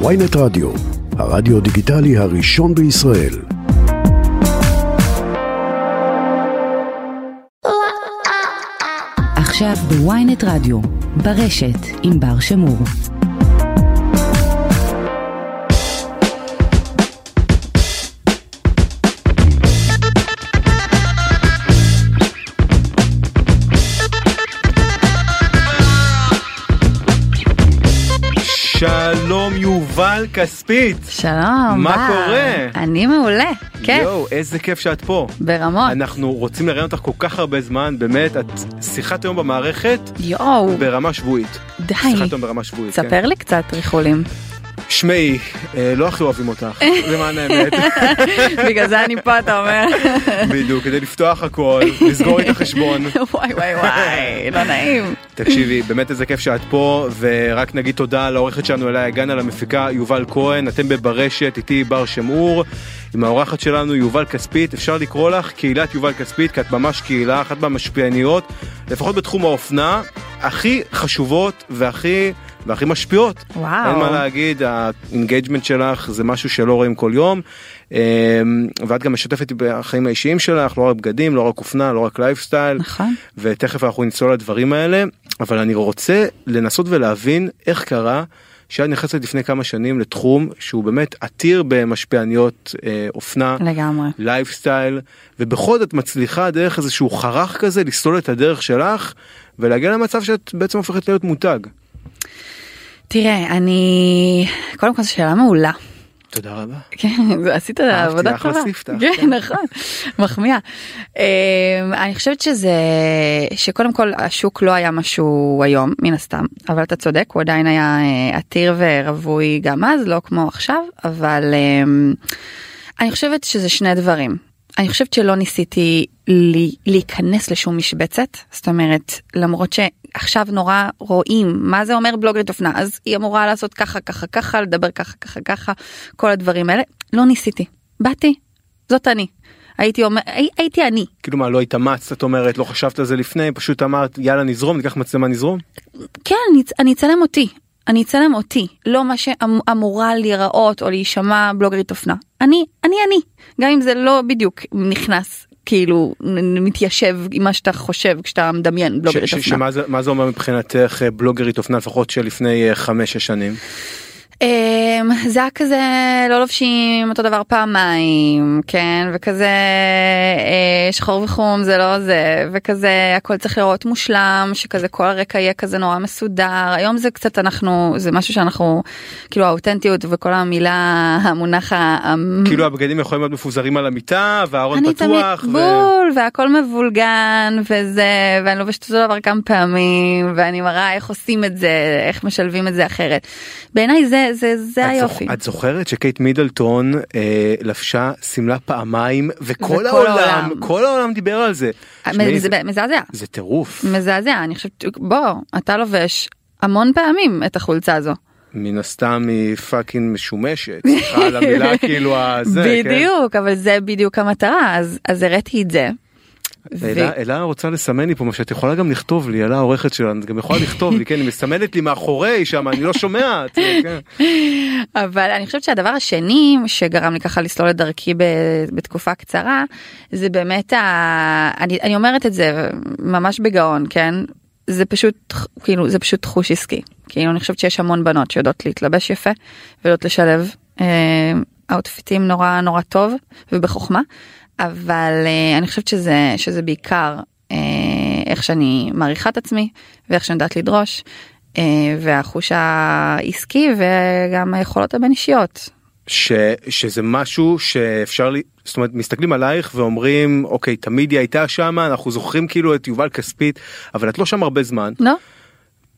ויינט רדיו, הרדיו דיגיטלי הראשון בישראל. עכשיו בוויינט רדיו, ברשת עם בר שמור. שלום יובל כספית! שלום, מה בר. קורה? אני מעולה, כיף, אה. יואו, איזה כיף שאת פה. ברמות. אנחנו רוצים לראיין אותך כל כך הרבה זמן, באמת, את שיחת היום במערכת יואו, ברמה שבועית. די. שיחת היום ברמה שבועית, כן. ספר לי קצת ריחולים. שמעי, אה, לא הכי אוהבים אותך, למען האמת, בגלל זה אני פה, אתה אומר. בדיוק, כדי לפתוח הכל, לסגור את החשבון. וואי וואי וואי, לא נעים. תקשיבי, באמת איזה כיף שאת פה, ורק נגיד תודה לעורכת שלנו אלי הגן, על המפיקה יובל כהן, אתם בברשת, איתי בר שמעור, עם האורחת שלנו יובל כספית, אפשר לקרוא לך קהילת יובל כספית, כי את ממש קהילה, אחת מהמשפיעניות, לפחות בתחום האופנה, הכי חשובות והכי, והכי משפיעות. וואו. אין מה להגיד, האינגייג'מנט שלך זה משהו שלא רואים כל יום, אמ, ואת גם משתפת בחיים האישיים שלך, לא רק בגדים, לא רק אופנה, לא רק לייפסטייל. נכון. ותכף אנחנו נצלול לדברים האלה, אבל אני רוצה לנסות ולהבין איך קרה שאת נכנסת לפני כמה שנים לתחום שהוא באמת עתיר במשפיעניות אה, אופנה, לגמרי. לייפסטייל, ובכל זאת את מצליחה דרך איזשהו חרך כזה לסלול את הדרך שלך ולהגיע למצב שאת בעצם הופכת להיות מותג. תראה, אני... קודם כל זו שאלה מעולה. תודה רבה. כן, זה- עשית אהבתי, עבודה אחלה טובה. ספתח, כן, כן. נכון, מחמיאה. אמ, אני חושבת שזה, שקודם כל השוק לא היה מה שהוא היום, מן הסתם, אבל אתה צודק, הוא עדיין היה אה, עתיר ורווי גם אז, לא כמו עכשיו, אבל אמ, אני חושבת שזה שני דברים. אני חושבת שלא ניסיתי לי, להיכנס לשום משבצת, זאת אומרת, למרות שעכשיו נורא רואים מה זה אומר בלוגרית אופנה, אז היא אמורה לעשות ככה, ככה, ככה, לדבר ככה, ככה, ככה, כל הדברים האלה. לא ניסיתי, באתי, זאת אני. הייתי אומר, הי, הייתי אני. כאילו מה, לא התאמצת, את אומרת, לא חשבת על זה לפני, פשוט אמרת, יאללה נזרום, ניקח מצלמה נזרום? כן, אני, אני אצלם אותי. אני אצלם אותי, לא מה שאמורה להיראות או להישמע בלוגרית אופנה. אני, אני אני. גם אם זה לא בדיוק נכנס, כאילו, נ- מתיישב עם מה שאתה חושב כשאתה מדמיין בלוגרית ש- ש- אופנה. שמה זה- מה זה אומר מבחינתך אה, בלוגרית אופנה לפחות שלפני אה, חמש-שש שנים? אמ, זה היה כזה לא לובשים אותו דבר פעמיים כן וכזה אה, שחור וחום זה לא זה וכזה הכל צריך לראות מושלם שכזה כל הרקע יהיה כזה נורא מסודר היום זה קצת אנחנו זה משהו שאנחנו כאילו האותנטיות וכל המילה המונח ה... כאילו הבגדים יכולים להיות מפוזרים על המיטה והארון אני פתוח. תמיד ו- בול והכל מבולגן וזה ואני לובשת אותו דבר כמה פעמים ואני מראה איך עושים את זה איך משלבים את זה אחרת. בעיניי זה זה זה את זוכ- היופי. את זוכרת שקייט מידלטון אה, לבשה שמלה פעמיים וכל וכל העולם העולם. אה, כל העולם דיבר על זה. שמעי, זה- מז- מזעזע, זה טירוף מזעזע, אני חושבת, בוא, אתה לובש המון פעמים את החולצה הזו. מן הסתם היא פאקינג משומשת. סליחה על המילה כאילו הזה. כן? בדיוק, אבל זה בדיוק המטרה, אז אז הראתי את זה. ו- אלה, אלה רוצה לסמן לי פה מה שאת יכולה גם לכתוב לי, אלה העורכת שלנו, את גם יכולה לכתוב לי, כן, היא מסמנת לי מאחורי שם, אני לא שומעת. כן. אבל אני חושבת שהדבר השני שגרם לי ככה לסלול את דרכי ב- בתקופה קצרה, זה באמת, ה- אני אני אומרת את זה ממש בגאון, כן? זה פשוט, כאילו, זה פשוט חוש עסקי. כאילו, אני חושבת שיש המון בנות שיודעות להתלבש יפה ויודעות לשלב אה, אאוטפיטים נורא נורא טוב ובחוכמה, אבל אה, אני חושבת שזה, שזה בעיקר אה, איך שאני מעריכה את עצמי ואיך שאני יודעת לדרוש, אה, והחוש העסקי וגם היכולות הבין אישיות. ש, שזה משהו שאפשר לי זאת אומרת מסתכלים עלייך ואומרים אוקיי תמיד היא הייתה שמה אנחנו זוכרים כאילו את יובל כספית אבל את לא שם הרבה זמן לא?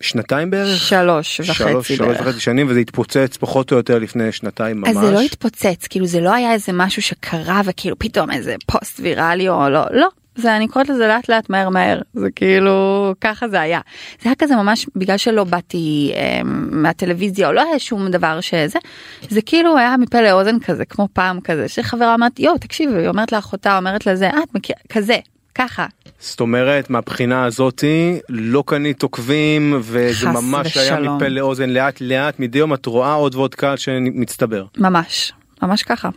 שנתיים בערך שלוש וחצי אה, שלוש בערך. וחצי שנים וזה התפוצץ פחות או יותר לפני שנתיים ממש. אז זה לא התפוצץ, כאילו זה לא היה איזה משהו שקרה וכאילו פתאום איזה פוסט ויראלי או לא, לא. זה אני קוראת לזה לאט לאט מהר מהר זה כאילו ככה זה היה זה היה כזה ממש בגלל שלא באתי אה, מהטלוויזיה או לא היה שום דבר שזה זה כאילו היה מפה לאוזן כזה כמו פעם כזה שחברה אמרת יואו תקשיבי היא אומרת לאחותה אומרת לזה "אה, את מכירה כזה ככה. זאת אומרת מהבחינה הזאתי לא קנית עוקבים וזה חס ממש היה ושלום. מפה לאוזן לאט לאט מדי יום את רואה עוד ועוד קהל שמצטבר. ממש, ממש ככה.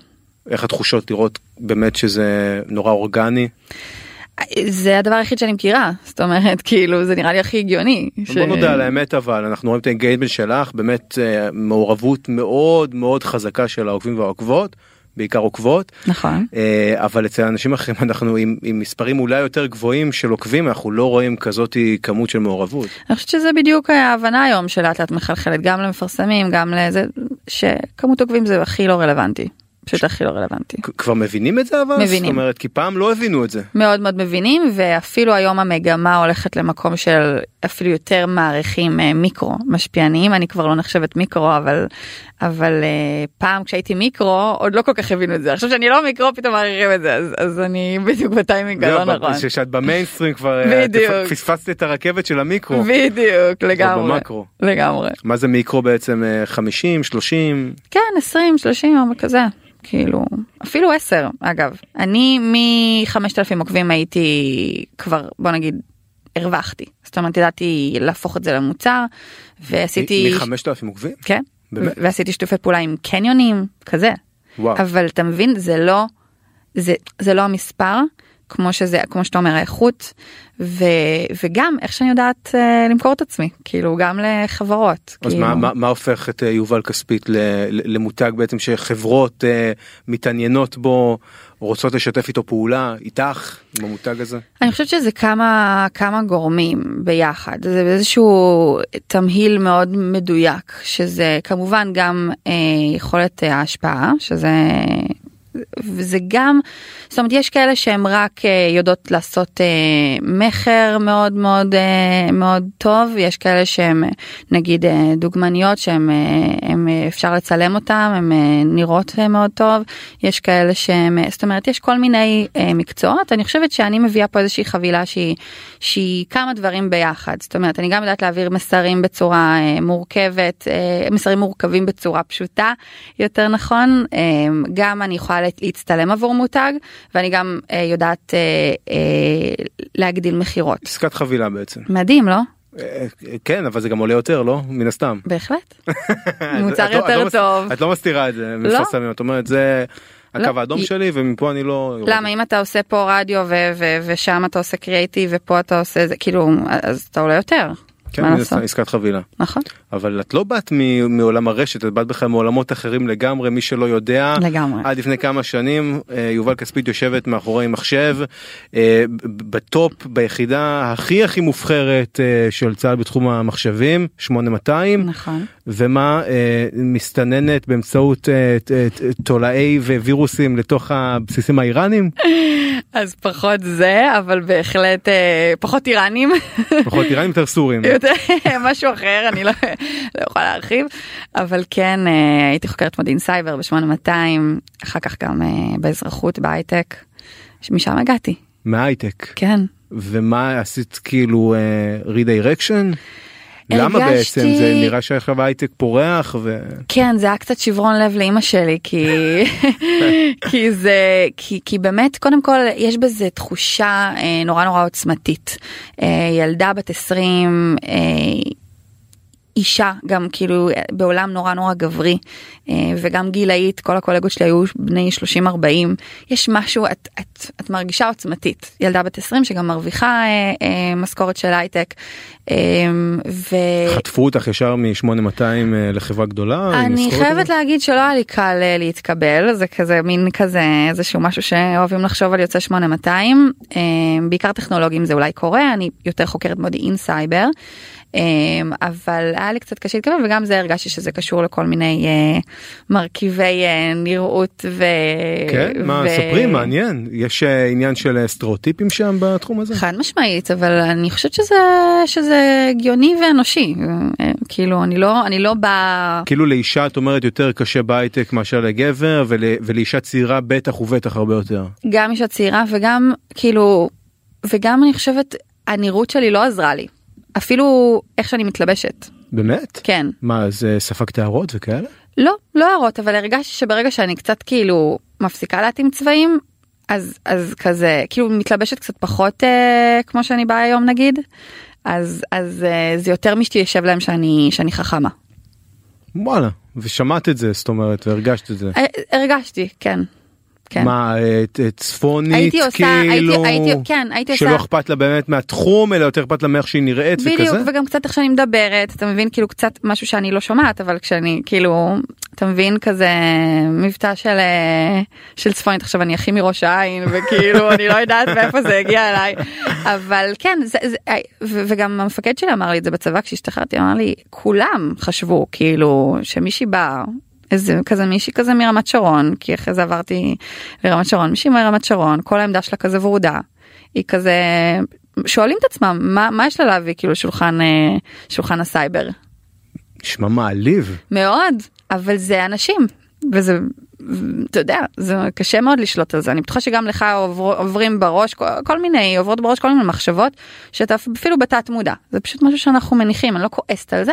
איך התחושות לראות באמת שזה נורא אורגני? זה הדבר היחיד שאני מכירה, זאת אומרת, כאילו, זה נראה לי הכי הגיוני. ש- בוא נודה על האמת אבל אנחנו רואים את האינגיימנט שלך באמת אה, מעורבות מאוד מאוד חזקה של העוקבים והעוקבות בעיקר עוקבות נכון. אה, אבל אצל אנשים אחרים אנחנו עם, עם מספרים אולי יותר גבוהים של עוקבים אנחנו לא רואים כזאת כמות של מעורבות. אני חושבת שזה בדיוק ההבנה היום שלאט לאט מחלחלת גם למפרסמים, גם לזה, שכמות עוקבים זה הכי לא רלוונטי. פשוט הכי לא רלוונטי. כ- כבר מבינים את זה אבל? זאת מבינים. אומרת כי פעם לא הבינו את זה. מאוד מאוד מבינים ואפילו היום המגמה הולכת למקום של אפילו יותר מעריכים אה, מיקרו משפיעניים אני כבר לא נחשבת מיקרו אבל אבל אה, פעם כשהייתי מיקרו עוד לא כל כך הבינו את זה עכשיו שאני לא מיקרו פתאום מעריכים את זה אז, אז אני בדיוק בטיימינג הלא זהו, נכון כשאת במיינסטרים כבר אה, בדיוק. את פספסת את הרכבת של המיקרו. בדיוק לגמרי במקרו. לגמרי מה זה מיקרו בעצם אה, 50 30 כן 20 30 אבל כזה כאילו אפילו 10 אגב אני מ-5000 עוקבים הייתי כבר בוא נגיד הרווחתי זאת אומרת ידעתי להפוך את זה למוצר ועשיתי מ-5000 עוקבים? כן באמת? ועשיתי שיתופי פעולה עם קניונים כזה וואו. אבל אתה מבין זה לא זה זה לא המספר כמו שזה כמו שאתה אומר האיכות ו, וגם איך שאני יודעת אה, למכור את עצמי כאילו גם לחברות אז כאילו. מה, מה, מה הופך את אה, יובל כספית ל- ל- למותג בעצם שחברות אה, מתעניינות בו, רוצות לשתף איתו פעולה, איתך, עם המותג הזה? אני חושבת שזה כמה כמה גורמים ביחד זה איזשהו תמהיל מאוד מדויק שזה כמובן גם אה, יכולת אה, ההשפעה שזה וזה גם זאת אומרת יש כאלה שהם רק אה, יודעות לעשות אה, מכר מאוד מאוד אה, מאוד טוב יש כאלה שהם אה, נגיד אה, דוגמניות שהם אה, הם, אה, אפשר לצלם אותם הם אה, נראות אה, מאוד טוב יש כאלה שהם אה, זאת אומרת יש כל מיני אה, מקצועות אני חושבת שאני מביאה פה איזושהי חבילה שהיא שהיא כמה דברים ביחד זאת אומרת אני גם יודעת להעביר מסרים בצורה אה, מורכבת אה, מסרים מורכבים בצורה פשוטה יותר נכון אה, גם אני יכולה לה- להצטלם עבור מותג ואני גם אה, יודעת אה, אה, להגדיל מכירות עסקת חבילה בעצם. מדהים לא אה, אה, כן, אבל זה גם עולה יותר, לא? מן הסתם. בהחלט אה, מוצר את לא- את לא יותר מס- טוב. את לא מסתירה את זה, מפרסמים, את אומרת זה לא. הקו האדום היא- שלי ומפה אני לא... יורד." למה אם אתה עושה פה רדיו ו- ו- ושם אתה עושה קריאיטיב ופה אתה עושה זה כאילו אז אתה עולה יותר כן, מה מן לעשות? הסתם, עסקת חבילה. נכון אבל את לא באת מ- מעולם הרשת, את באת בכלל מעולמות אחרים לגמרי, מי שלא יודע. לגמרי. עד לפני כמה שנים אה, יובל כספית יושבת מאחורי מחשב אה, ב- בטופ ביחידה הכי הכי מובחרת אה, של צה"ל בתחום המחשבים 8200 נכון ומה אה, מסתננת באמצעות אה, ת- ת- תולעי ווירוסים לתוך הבסיסים האיראנים אז פחות זה אבל בהחלט אה, פחות איראנים פחות איראנים יותר סורים. יותר משהו אחר אני לא, לא יכולה להרחיב אבל כן אה, הייתי חוקרת מודיעין סייבר ב-8200 אחר כך גם אה, באזרחות בהייטק משם הגעתי מההייטק כן ומה עשית כאילו רידיירקשן? למה הרגשתי- בעצם זה נראה שעכשיו ההייטק פורח ו... כן זה היה קצת שברון לב לאימא שלי כי כי זה כי כי באמת קודם כל יש בזה תחושה אה, נורא נורא עוצמתית אה, ילדה בת 20. אה, אישה גם כאילו אה, בעולם נורא נורא גברי אה, וגם גילאית כל הקולגות שלי היו בני 30 40 יש משהו את את את מרגישה עוצמתית ילדה בת 20 שגם מרוויחה אה, אה, משכורת של הייטק. אה, ו... חטפו אותך ישר מ-8200 אה, לחברה גדולה? עם אני משכורת? חייבת להגיד שלא היה לי קל אה, להתקבל זה כזה מין כזה איזשהו משהו שאוהבים לחשוב על יוצא 8200 אה, בעיקר טכנולוגים זה אולי קורה אני יותר חוקרת מודיעין סייבר אה, אבל היה לי קצת קשה להתקבל וגם זה הרגשתי שזה קשור לכל מיני אה, מרכיבי אה, נראות ו... כן? מה, ו- ספרי, מעניין. יש אה, עניין של אה, סטריאוטיפים שם בתחום הזה? חד משמעית אבל אני חושבת שזה שזה הגיוני ואנושי אה, כאילו אני לא אני לא באה כאילו לאישה את אומרת יותר קשה בהייטק מאשר לגבר ול, ולאישה צעירה בטח ובטח הרבה יותר. גם אישה צעירה וגם כאילו וגם אני חושבת הנראות שלי לא עזרה לי אפילו איך שאני מתלבשת באמת? כן מה אז אה, ספגת הערות וכאלה? לא לא הערות אבל הרגשתי שברגע שאני קצת כאילו מפסיקה להתאים צבעים אז אז כזה כאילו מתלבשת קצת פחות אה, כמו שאני באה היום נגיד אז אז אה, זה יותר משתיישב להם שאני שאני חכמה. וואלה, ושמעת את זה, זאת אומרת, והרגשת את זה. אה, הרגשתי כן. כן. מה, אה, ת- אה, צפונית, הייתי עושה כאילו, הייתי הייתי כן הייתי שלא עושה אכפת לה באמת מהתחום, אלא יותר אכפת לה מאיך שהיא נראית בדיוק וכזה? וגם קצת איך שאני מדברת אתה מבין כאילו קצת משהו שאני לא שומעת אבל כשאני כאילו אתה מבין כזה מבטא של אה, של צפונית עכשיו אני הכי מראש העין וכאילו אני לא יודעת מאיפה זה הגיע אליי אבל כן זה, זה אה, ו- וגם המפקד שלי אמר לי את זה בצבא כשהשתחררתי אמר לי כולם חשבו כאילו שמישהי באה. איזה כזה מישהי כזה מרמת שרון כי אחרי זה עברתי לרמת שרון מישהי מרמת שרון כל העמדה שלה כזה ורודה היא כזה שואלים את עצמם מה מה יש לה להביא כאילו שולחן אה, שולחן הסייבר נשמע מעליב. מאוד אבל זה אנשים וזה אתה יודע זה קשה מאוד לשלוט על זה אני בטוחה שגם לך עובר, עוברים בראש כל, כל מיני עוברות בראש כל מיני מחשבות שאתה אפילו בתת מודע זה פשוט משהו שאנחנו מניחים אני לא כועסת על זה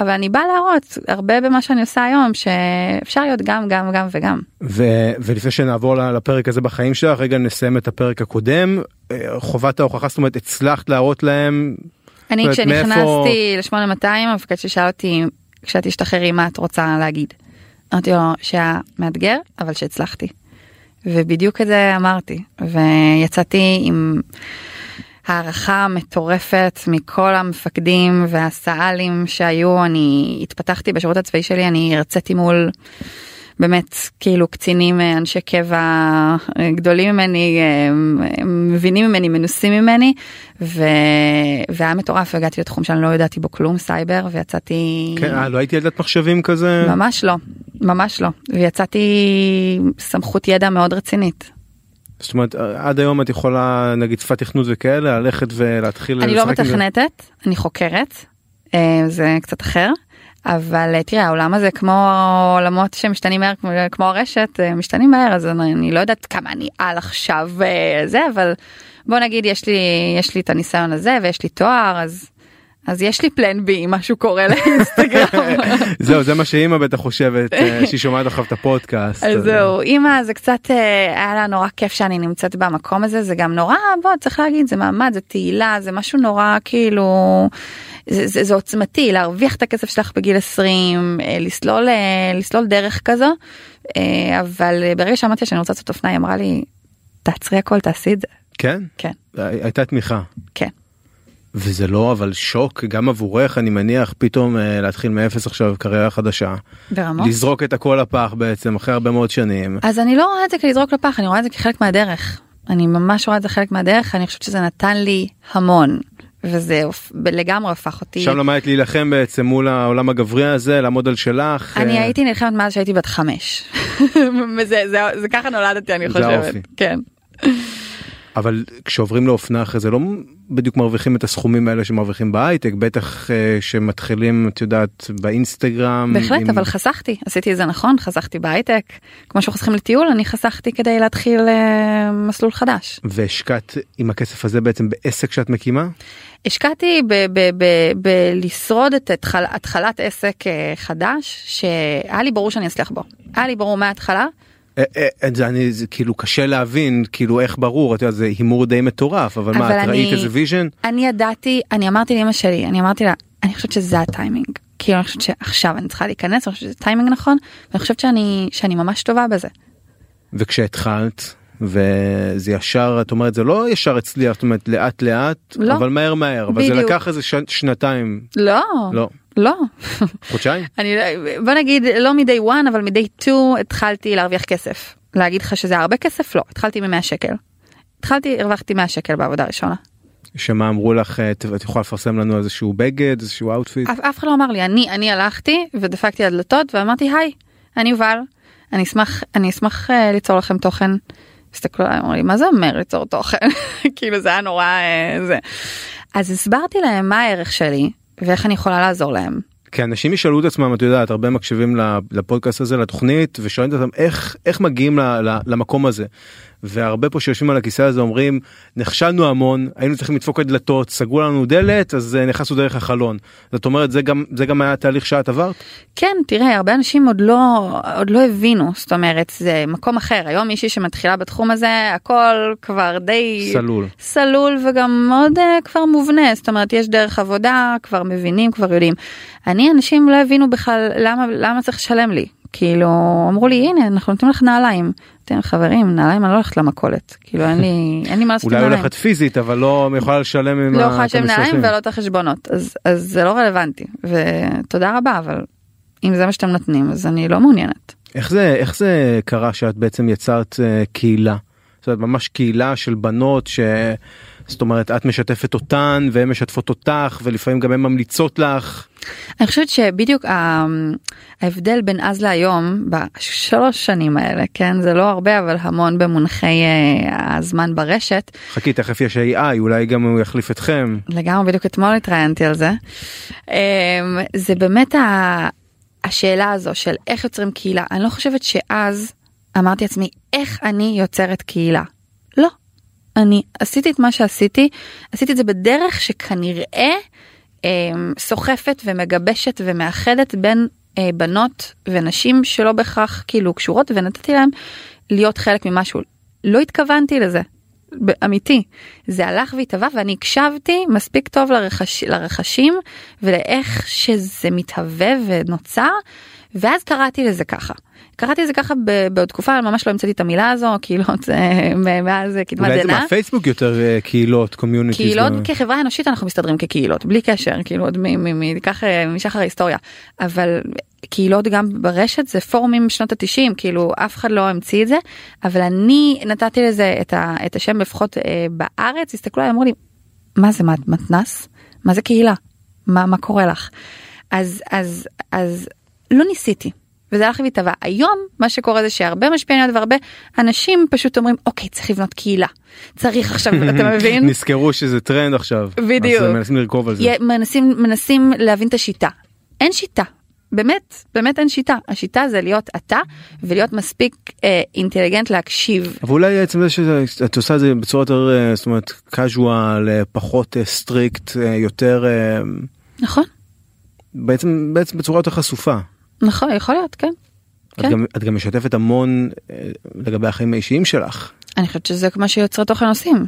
אבל אני באה להראות הרבה במה שאני עושה היום שאפשר להיות גם גם גם וגם. ו- ולפני שנעבור ל- לפרק הזה בחיים שלך, רגע נסיים את הפרק הקודם. אה, חובת ההוכחה, זאת אומרת, הצלחת להראות להם, אני זאת אומרת, כשנכנסתי ל-8200 המפקד ששאל אותי כשאת תשתחררי מה את רוצה להגיד. אמרתי לו שהיה מאתגר אבל שהצלחתי. ובדיוק את זה אמרתי ויצאתי עם הערכה מטורפת מכל המפקדים והסא"לים שהיו אני התפתחתי בשירות הצבאי שלי אני הרציתי מול. באמת כאילו קצינים אה, אנשי קבע אה, גדולים ממני אה, אה, מבינים ממני מנוסים ממני ו... והיה מטורף הגעתי לתחום שאני לא ידעתי בו כלום סייבר ויצאתי כן, אה, לא הייתי ילדת מחשבים כזה? ממש לא ממש לא ויצאתי עם סמכות ידע מאוד רצינית זאת אומרת, אה, עד היום את יכולה, נגיד, שפת תכנות וכאלה, ללכת ולהתחיל אני לא לשחק עם זה? מתכנתת אני חוקרת אה, זה קצת אחר. אבל אה, תראה העולם הזה כמו עולמות שמשתנים מהר כמו, כמו הרשת אה, משתנים מהר אז אני, אני לא יודעת כמה אני על עכשיו אה, זה אבל בוא נגיד יש לי יש לי את הניסיון הזה ויש לי תואר אז אז יש לי פלן בי אם משהו קורה לאינסטגרם. זהו, זה מה שאימא בטח חושבת, אה, שהיא שומעת עכשיו את הפודקאסט. אז זהו, אימא זה קצת אה, היה לה נורא כיף שאני נמצאת במקום הזה, זה גם נורא, בוא, צריך להגיד, זה מעמד, זה תהילה, זה משהו נורא כאילו, זה, זה, זה עוצמתי, להרוויח את הכסף שלך בגיל 20, אה, לסלול, אה, לסלול דרך כזו, אה, אבל אה, ברגע שאמרתי שאני רוצה לעשות אופנה, היא אמרה לי, תעצרי הכל, תעשי את זה. כן? כן, הייתה תמיכה. כן. וזה לא אבל שוק גם עבורך אני מניח פתאום אה, להתחיל מאפס עכשיו קריירה חדשה ברמות. לזרוק את הכל לפח בעצם אחרי הרבה מאוד שנים אז אני לא רואה את זה כלזרוק לפח, אני רואה את זה כחלק מהדרך. אני ממש רואה את זה חלק מהדרך, אני חושבת שזה נתן לי המון. וזה הופ- לגמרי הפך אותי. שם לא למדת להילחם בעצם מול העולם הגברי הזה לעמוד על שלך אני אה, הייתי נלחמת מאז שהייתי בת חמש. זה, זה, זה ככה נולדתי אני זה חושבת. האופי. כן. אבל כשעוברים לאופנה אחרי זה לא בדיוק מרוויחים את הסכומים האלה שמרוויחים בהייטק בטח אה, שמתחילים את יודעת באינסטגרם בהחלט עם- אבל חסכתי עשיתי את זה נכון חסכתי בהייטק כמו שחוסכים לטיול אני חסכתי כדי להתחיל אה, מסלול חדש. והשקעת עם הכסף הזה בעצם בעסק שאת מקימה השקעתי ב- ב- ב- בלשרוד את התחל, התחלת עסק אה, חדש שהיה לי ברור שאני אצליח בו. היה לי ברור מההתחלה אה, אה, את זה אני זה כאילו קשה להבין כאילו איך ברור אתה יודע זה הימור די מטורף אבל מה אבל את אני- ראית איזה ויז'ן אני ידעתי, אני אמרתי לאמא שלי, אני אמרתי לה, אני חושבת שזה הטיימינג. כאילו אני חושבת שעכשיו אני צריכה להיכנס, אני חושבת שזה טיימינג נכון, ואני חושבת שאני, שאני ממש טובה בזה. וכשהתחלת וזה ישר את אומרת זה לא ישר הצליח זאת אומרת לאט לאט לא. אבל מהר מהר אבל זה בדיוק. לקח איזה ש... שנתיים לא, לא לא. חודשיים אני, לא- בוא נגיד, לא מ-day one, אבל מ-day two התחלתי להרוויח כסף. להגיד לך שזה הרבה כסף? לא, התחלתי מ-100 שקל. התחלתי, הרווחתי 100 שקל בעבודה הראשונה. שמה אמרו לך אה, ת- את יכולה לפרסם לנו איזשהו בגד איזשהו אאוטפיט אף, אף אחד לא אמר לי, אני, אני הלכתי ודפקתי על דלתות ואמרתי, היי, אני יובל, אני אשמח, אני אשמח אה, ליצור לכם תוכן. הסתכלו עליי, אמרו לי, מה זה אומר ליצור תוכן? כאילו זה היה נורא אה, זה. אז הסברתי להם מה הערך שלי ואיך אני יכולה לעזור להם. כי אנשים ישאלו את עצמם את יודעת הרבה מקשיבים ל- לפודקאסט הזה לתוכנית ושואלים את עצמם איך איך מגיעים ל- ל- למקום הזה. והרבה פה שיושבים על הכיסא הזה אומרים נכשלנו המון היינו צריכים לדפוק על דלתות סגרו לנו דלת אז אה, נכנסנו דרך החלון זאת אומרת זה גם זה גם היה התהליך שאת עברת כן תראה הרבה אנשים עוד לא עוד לא הבינו זאת אומרת זה מקום אחר היום מישהי שמתחילה בתחום הזה הכל כבר די סלול סלול וגם מאוד אה, כבר מובנה זאת אומרת יש דרך עבודה כבר מבינים כבר יודעים. אני אנשים לא הבינו בכלל למה למה צריך לשלם לי כאילו אמרו לי הנה אנחנו נותנים לך נעליים. אתם חברים נעליים אני לא הולכת למכולת כאילו אין לי אין לי מה לעשות עם אולי נעליים. הולכת פיזית אבל לא יכולה לשלם עם לא ה- יכולה לשלם את נעליים המשלוחים. ולא את החשבונות אז אז זה לא רלוונטי ותודה רבה אבל אם זה מה שאתם נותנים אז אני לא מעוניינת. איך זה איך זה קרה שאת בעצם יצרת אה, קהילה זאת אומרת, ממש קהילה של בנות ש... זאת אומרת את משתפת אותן והן משתפות אותך ולפעמים גם הן ממליצות לך אני חושבת שבדיוק ה- ההבדל בין אז להיום בשלוש שנים האלה כן זה לא הרבה אבל המון במונחי אה, הזמן ברשת חכי תכף יש AI אולי גם הוא יחליף אתכם לגמרי בדיוק אתמול התראיינתי על זה. אמ, זה באמת ה... השאלה הזו של איך יוצרים קהילה אני לא חושבת שאז אמרתי לעצמי איך אני יוצרת קהילה. לא. אני עשיתי את מה שעשיתי עשיתי את זה בדרך שכנראה אמ, סוחפת ומגבשת ומאחדת בין אה, בנות ונשים שלא בהכרח כאילו קשורות ונתתי להם להיות חלק ממשהו לא התכוונתי לזה. ב- אמיתי זה הלך והתהווה ואני הקשבתי מספיק טוב לרחש, לרחשים ולאיך שזה מתהווה ונוצר ואז קראתי לזה ככה. קראתי לזה ככה ב- בעוד תקופה ממש לא המצאתי את המילה הזו כאילו זה מ- מאז קדמת אולי זה דנא. מהפייסבוק יותר אה, קהילות קומיוניטיז. קהילות לא כחברה אנושית אנחנו מסתדרים כקהילות בלי קשר כאילו עוד מ- מ- מ- כך, אה, משחר ההיסטוריה אבל קהילות גם ברשת זה פורומים שנות התשעים כאילו אף אחד לא המציא את זה אבל אני נתתי לזה את, ה, את השם לפחות אה, בארץ הסתכלו עליי אמרו לי מה זה מה את מתנס מה זה קהילה מה מה קורה לך אז אז אז לא ניסיתי. וזה הלך והתהווה. היום מה שקורה זה שהרבה משפיעניות והרבה אנשים פשוט אומרים אוקיי צריך לבנות קהילה. צריך עכשיו אתה מבין? נזכרו שזה טרנד עכשיו. בדיוק. אז הם מנסים לרכוב על זה. יה- מנסים מנסים להבין את השיטה אין שיטה באמת באמת אין שיטה השיטה זה להיות אתה ולהיות מספיק אה, אינטליגנט להקשיב אבל אולי עצם זה שאת עושה את זה בצורה יותר אה, זאת אומרת casual אה, פחות סטריקט יותר אה, נכון בעצם בעצם בצורה יותר חשופה. נכון יכול להיות כן את כן. גם- את גם משתפת המון אה, לגבי החיים האישיים שלך. אני חושבת שזה מה שיוצרי תוכן עושים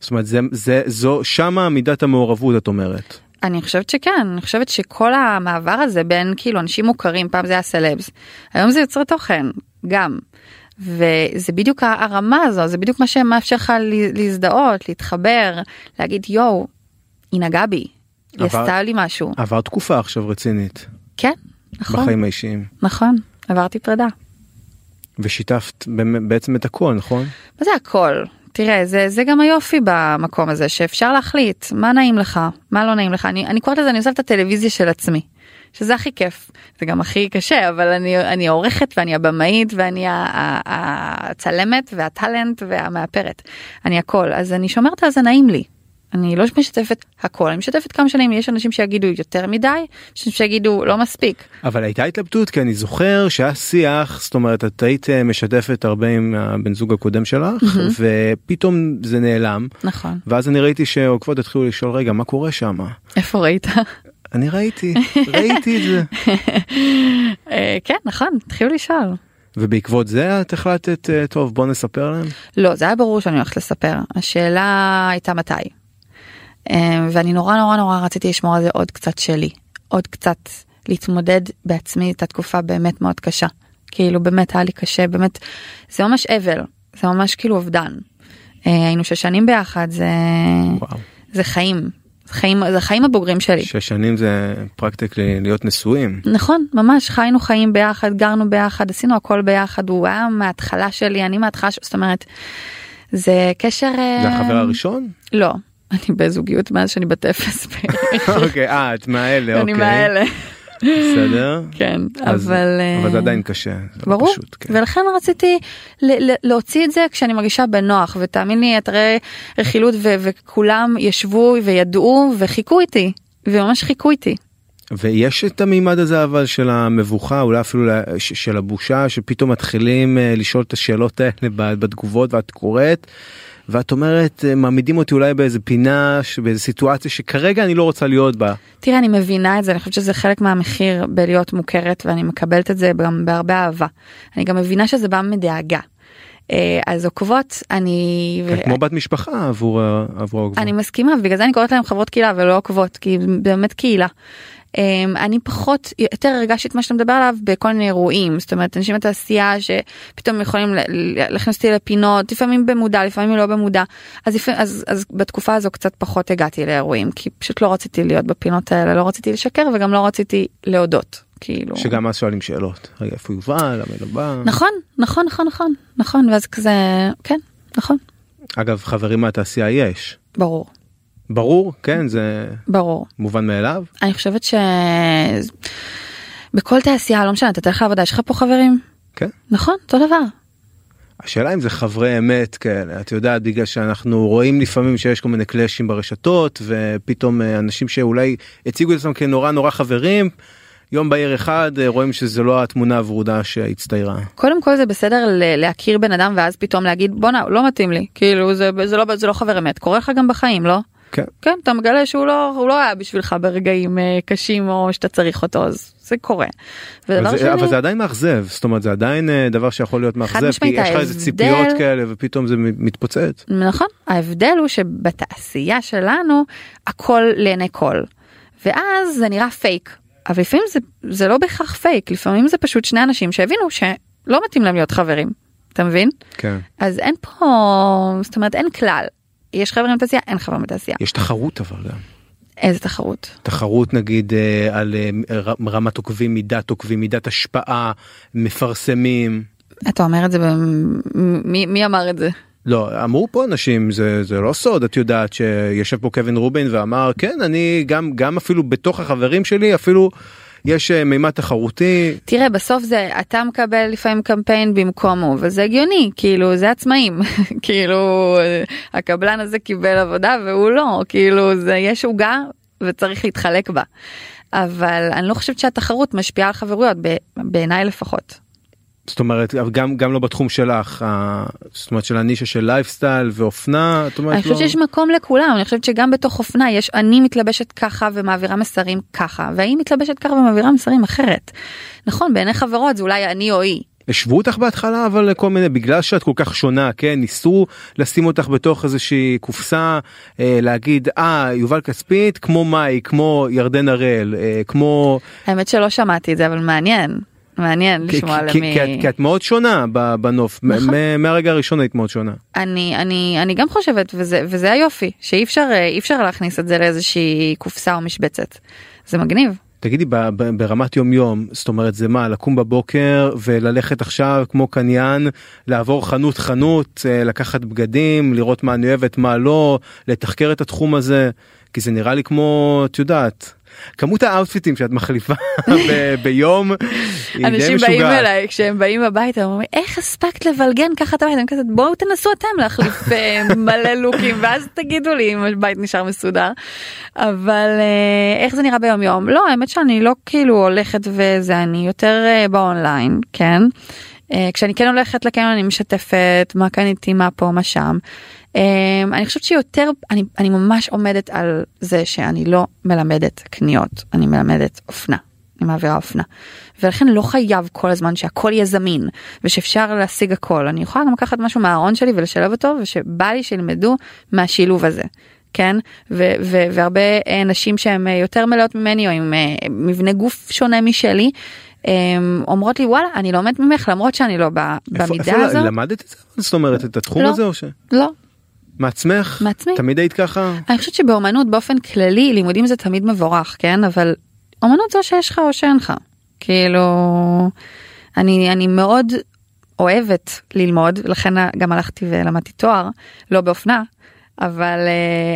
זאת אומרת זה זה זו שמה מידת המעורבות את אומרת. אני חושבת שכן אני חושבת שכל המעבר הזה בין כאילו אנשים מוכרים פעם זה היה סלבס היום זה יוצרי תוכן גם. וזה בדיוק הרמה הזו זה בדיוק מה שמאפשר לך לה- להזדהות להתחבר להגיד יואו היא נגעה בי. היא אבל- עשתה לי משהו עברת תקופה עכשיו רצינית כן, נכון, בחיים. בחיים האישיים נכון, עברתי פרידה. ושיתפת במ- בעצם את הכל נכון? מה זה הכל? תראה, זה, זה גם היופי במקום הזה, שאפשר להחליט מה נעים לך, מה לא נעים לך. אני, אני קוראת לזה, אני עושה את הטלוויזיה של עצמי, שזה הכי כיף, זה גם הכי קשה, אבל אני, אני העורכת ואני הבמאית ואני ה- ה- ה- הצלמת והטאלנט והמאפרת. אני הכל, אז אני שומרת על זה נעים לי. אני לא משתפת הכל, אני משתפת כמה שנים, יש אנשים שיגידו יותר מדי, יש אנשים שיגידו לא מספיק. אבל הייתה התלבטות כי אני זוכר שהיה שיח זאת אומרת את היית אה, משתפת הרבה עם הבן זוג הקודם שלך ופתאום זה נעלם נכון. ואז אני ראיתי שעוקבות התחילו לשאול רגע מה קורה שם איפה ראית? אני ראיתי ראיתי את זה אה, כן, נכון, התחילו לשאול. ובעקבות זה את החלטת אה, טוב בוא נספר להם לא, זה היה ברור שאני הולכת לספר. השאלה הייתה מתי. אה, ואני נורא נורא נורא רציתי לשמור על זה עוד קצת שלי. עוד קצת להתמודד בעצמי את התקופה באמת מאוד קשה. כאילו באמת היה לי קשה, באמת, זה ממש אבל, זה ממש כאילו אובדן. אה, היינו שש שנים ביחד, זה, וואו זה חיים, זה חיים, זה החיים הבוגרים שלי. שש שנים זה פרקטיקלי להיות נשואים נכון ממש חיינו חיים ביחד גרנו ביחד עשינו הכל ביחד הוא היה מההתחלה שלי אני מההתחלה ש- זאת אומרת זה קשר זה אה, החבר הראשון לא אני בזוגיות מאז שאני בת אפס בערך. אוקיי אה את מהאלה אני אוקיי מהאלה בסדר כן אז- אבל אה, אבל זה עדיין קשה זה לא ברור פשוט, כן. ולכן רציתי ל- ל- להוציא את זה כשאני מרגישה בנוח ותאמין לי אתרי רכילות ו- וכולם ישבו וידעו וחיכו איתי וממש חיכו איתי ויש את המימד הזה אבל של המבוכה אולי אפילו ל- ש- של הבושה שפתאום מתחילים אה, לשאול את השאלות האלה ב- בתגובות ואת קוראת ואת אומרת אה, מעמידים אותי אולי באיזה פינה ש- באיזה סיטואציה שכרגע אני לא רוצה להיות בה. תראה, אני מבינה את זה, אני חושבת שזה חלק מהמחיר בלהיות מוכרת, ואני מקבלת את זה גם בהרבה אהבה. אני גם מבינה שזה בא מדאגה. אה, אז עוקבות, אני... את כן, כמו בת משפחה עבור ה- עבור העוקבות. אני מסכימה, בגלל זה אני קוראת להם חברות קהילה ולא עוקבות, כי הם באמת קהילה. אמ, אני פחות, יותר הרגשתי את מה שאתה מדבר עליו בכל מיני אירועים, זאת אומרת אנשים בתעשייה שפתאום יכולים ל- ל- להכניס אותי לפינות, לפעמים במודע, לפעמים לא במודע, אז, לפעמים, אז, אז בתקופה הזו קצת פחות הגעתי לאירועים, כי פשוט לא רציתי להיות בפינות האלה, לא רציתי לשקר וגם לא רציתי להודות, כאילו. שגם אז שואלים שאלות רגע, איפה יובל למה היא לא בא נכון, נכון, נכון, נכון, נכון, ואז כזה, כן, נכון, אגב חברים מהתעשייה יש ברור, ברור כן זה ברור. מובן מאליו אני חושבת ש... בכל תעשייה, לא משנה, אתה תלך לעבודה, יש לך פה חברים? כן. נכון, אותו דבר. השאלה אם זה חברי אמת כאלה את יודעת בגלל שאנחנו רואים לפעמים שיש כל מיני קלאשים ברשתות ופתאום אה, אנשים שאולי הציגו את עצמם כנורא נורא חברים יום בהיר אחד אה, רואים שזה לא התמונה הוורודה שהצטיירה. קודם כל זה בסדר ל- להכיר בן אדם ואז פתאום להגיד בואנה, לא מתאים לי. כאילו, זה, זה, לא, זה לא חבר אמת. קורה לך גם בחיים, לא? כן. כן, אתה מגלה שהוא לא, הוא לא היה בשבילך ברגעים אה, קשים או שאתה צריך אותו, אז זה קורה. ודבר אבל שני, זה, אבל זה עדיין מאכזב זאת אומרת זה עדיין אה, דבר שיכול להיות מאכזב כי משמעית, יש לך איזה ההבדל- ציפיות כאלה ופתאום זה מ- מתפוצץ. נכון, ההבדל הוא שבתעשייה שלנו הכל לעיני כל. ואז זה נראה פייק, אבל לפעמים זה, זה לא בהכרח פייק, לפעמים זה פשוט שני אנשים שהבינו שלא מתאים להם להיות חברים, אתה מבין? כן. אז אין פה, זאת אומרת אין כלל. יש חברים בתעשייה, אין חברים בתעשייה. יש תחרות אבל גם. איזה תחרות. תחרות נגיד אה, על אה, ר- רמת עוקבים, מידת עוקבים, מידת השפעה, מפרסמים. אתה אומר את זה, ב... מי, מי אמר את זה? לא, אמרו פה אנשים, זה, זה לא סוד, את יודעת שישב פה קווין רובין ואמר, כן, אני גם, גם אפילו בתוך החברים שלי, אפילו יש אה, מימד תחרותי. תראה, בסוף זה, אתה מקבל לפעמים קמפיין במקומו, וזה הגיוני, כאילו, זה עצמאים. כאילו, אה, הקבלן הזה קיבל עבודה והוא לא, כאילו, זה, יש עוגה וצריך להתחלק בה. אבל אני לא חושבת שהתחרות משפיעה על חברויות, ב- בעיניי לפחות. זאת אומרת, גם, גם לא בתחום שלך, ה- זאת אומרת של הנישה של לייפסטייל ואופנה, את אומרת, אני חושבת לא... שיש מקום לכולם, אני חושבת שגם בתוך אופנה יש אני מתלבשת ככה ומעבירה מסרים ככה, והיא מתלבשת ככה ומעבירה מסרים אחרת. נכון, בעיני חברות זה אולי אני או היא. השוו אותך בהתחלה אבל לכל מיני בגלל שאת כל כך שונה כן ניסו לשים אותך בתוך איזושהי קופסה אה, להגיד אה יובל כספית כמו מאי כמו ירדן הראל אה, כמו האמת שלא שמעתי את זה, אבל מעניין. מעניין כי, לשמוע כי, למי... כי, את, כי את מאוד שונה ב- בנוף מ- נכון. מ- מהרגע הראשון היית מאוד שונה אני אני אני גם חושבת וזה וזה היופי שאי אפשר אה, אי אפשר להכניס את זה לאיזושהי קופסה או משבצת. זה מגניב. תגידי ב, ב, ברמת יום יום זאת אומרת זה מה לקום בבוקר וללכת עכשיו כמו קניין לעבור חנות חנות אה, לקחת בגדים לראות מה אני אוהבת מה לא לתחקר את התחום הזה כי זה נראה לי כמו את יודעת כמות האאוטפיטים שאת מחליפה ב, ביום היא די אנשים באים משוגעת. אליי כשהם באים הביתה אומרים איך הספקת לבלגן ככה את הבית אני כזה בואו תנסו אתם להחליף אה, מלא לוקים ואז תגידו לי אם הבית נשאר מסודר. אבל אה, איך זה נראה ביום יום לא האמת שאני לא כאילו הולכת וזה אני יותר אה, באונליין כן. אה, כשאני כן הולכת לקניון אני משתפת מה קניתי מה פה מה שם. אה, אני חושבת שיותר אני אני ממש עומדת על זה שאני לא מלמדת קניות אני מלמדת אופנה. אני מעבירה אופנה. ולכן לא חייב כל הזמן שהכל יהיה זמין ושאפשר להשיג הכל. אני יכולה גם לקחת משהו מהארון שלי ולשלב אותו ושבא לי שילמדו מהשילוב הזה. כן ו- ו- והרבה אה, נשים שהן אה, יותר מלאות ממני או עם אה, מבנה גוף שונה משלי אה, אומרות לי וואלה אני לומדת ממך למרות שאני לא ב- איפה- במידה איפה הזו. למדת את זה זאת אומרת את התחום לא. הזה או ש... לא. מעצמך מעצמי. תמיד היית ככה אני חושבת שבאומנות באופן כללי לימודים זה תמיד מבורך כן אבל אומנות זו שיש לך או שאין לך כאילו אני אני מאוד אוהבת ללמוד לכן גם הלכתי ולמדתי תואר לא באופנה אבל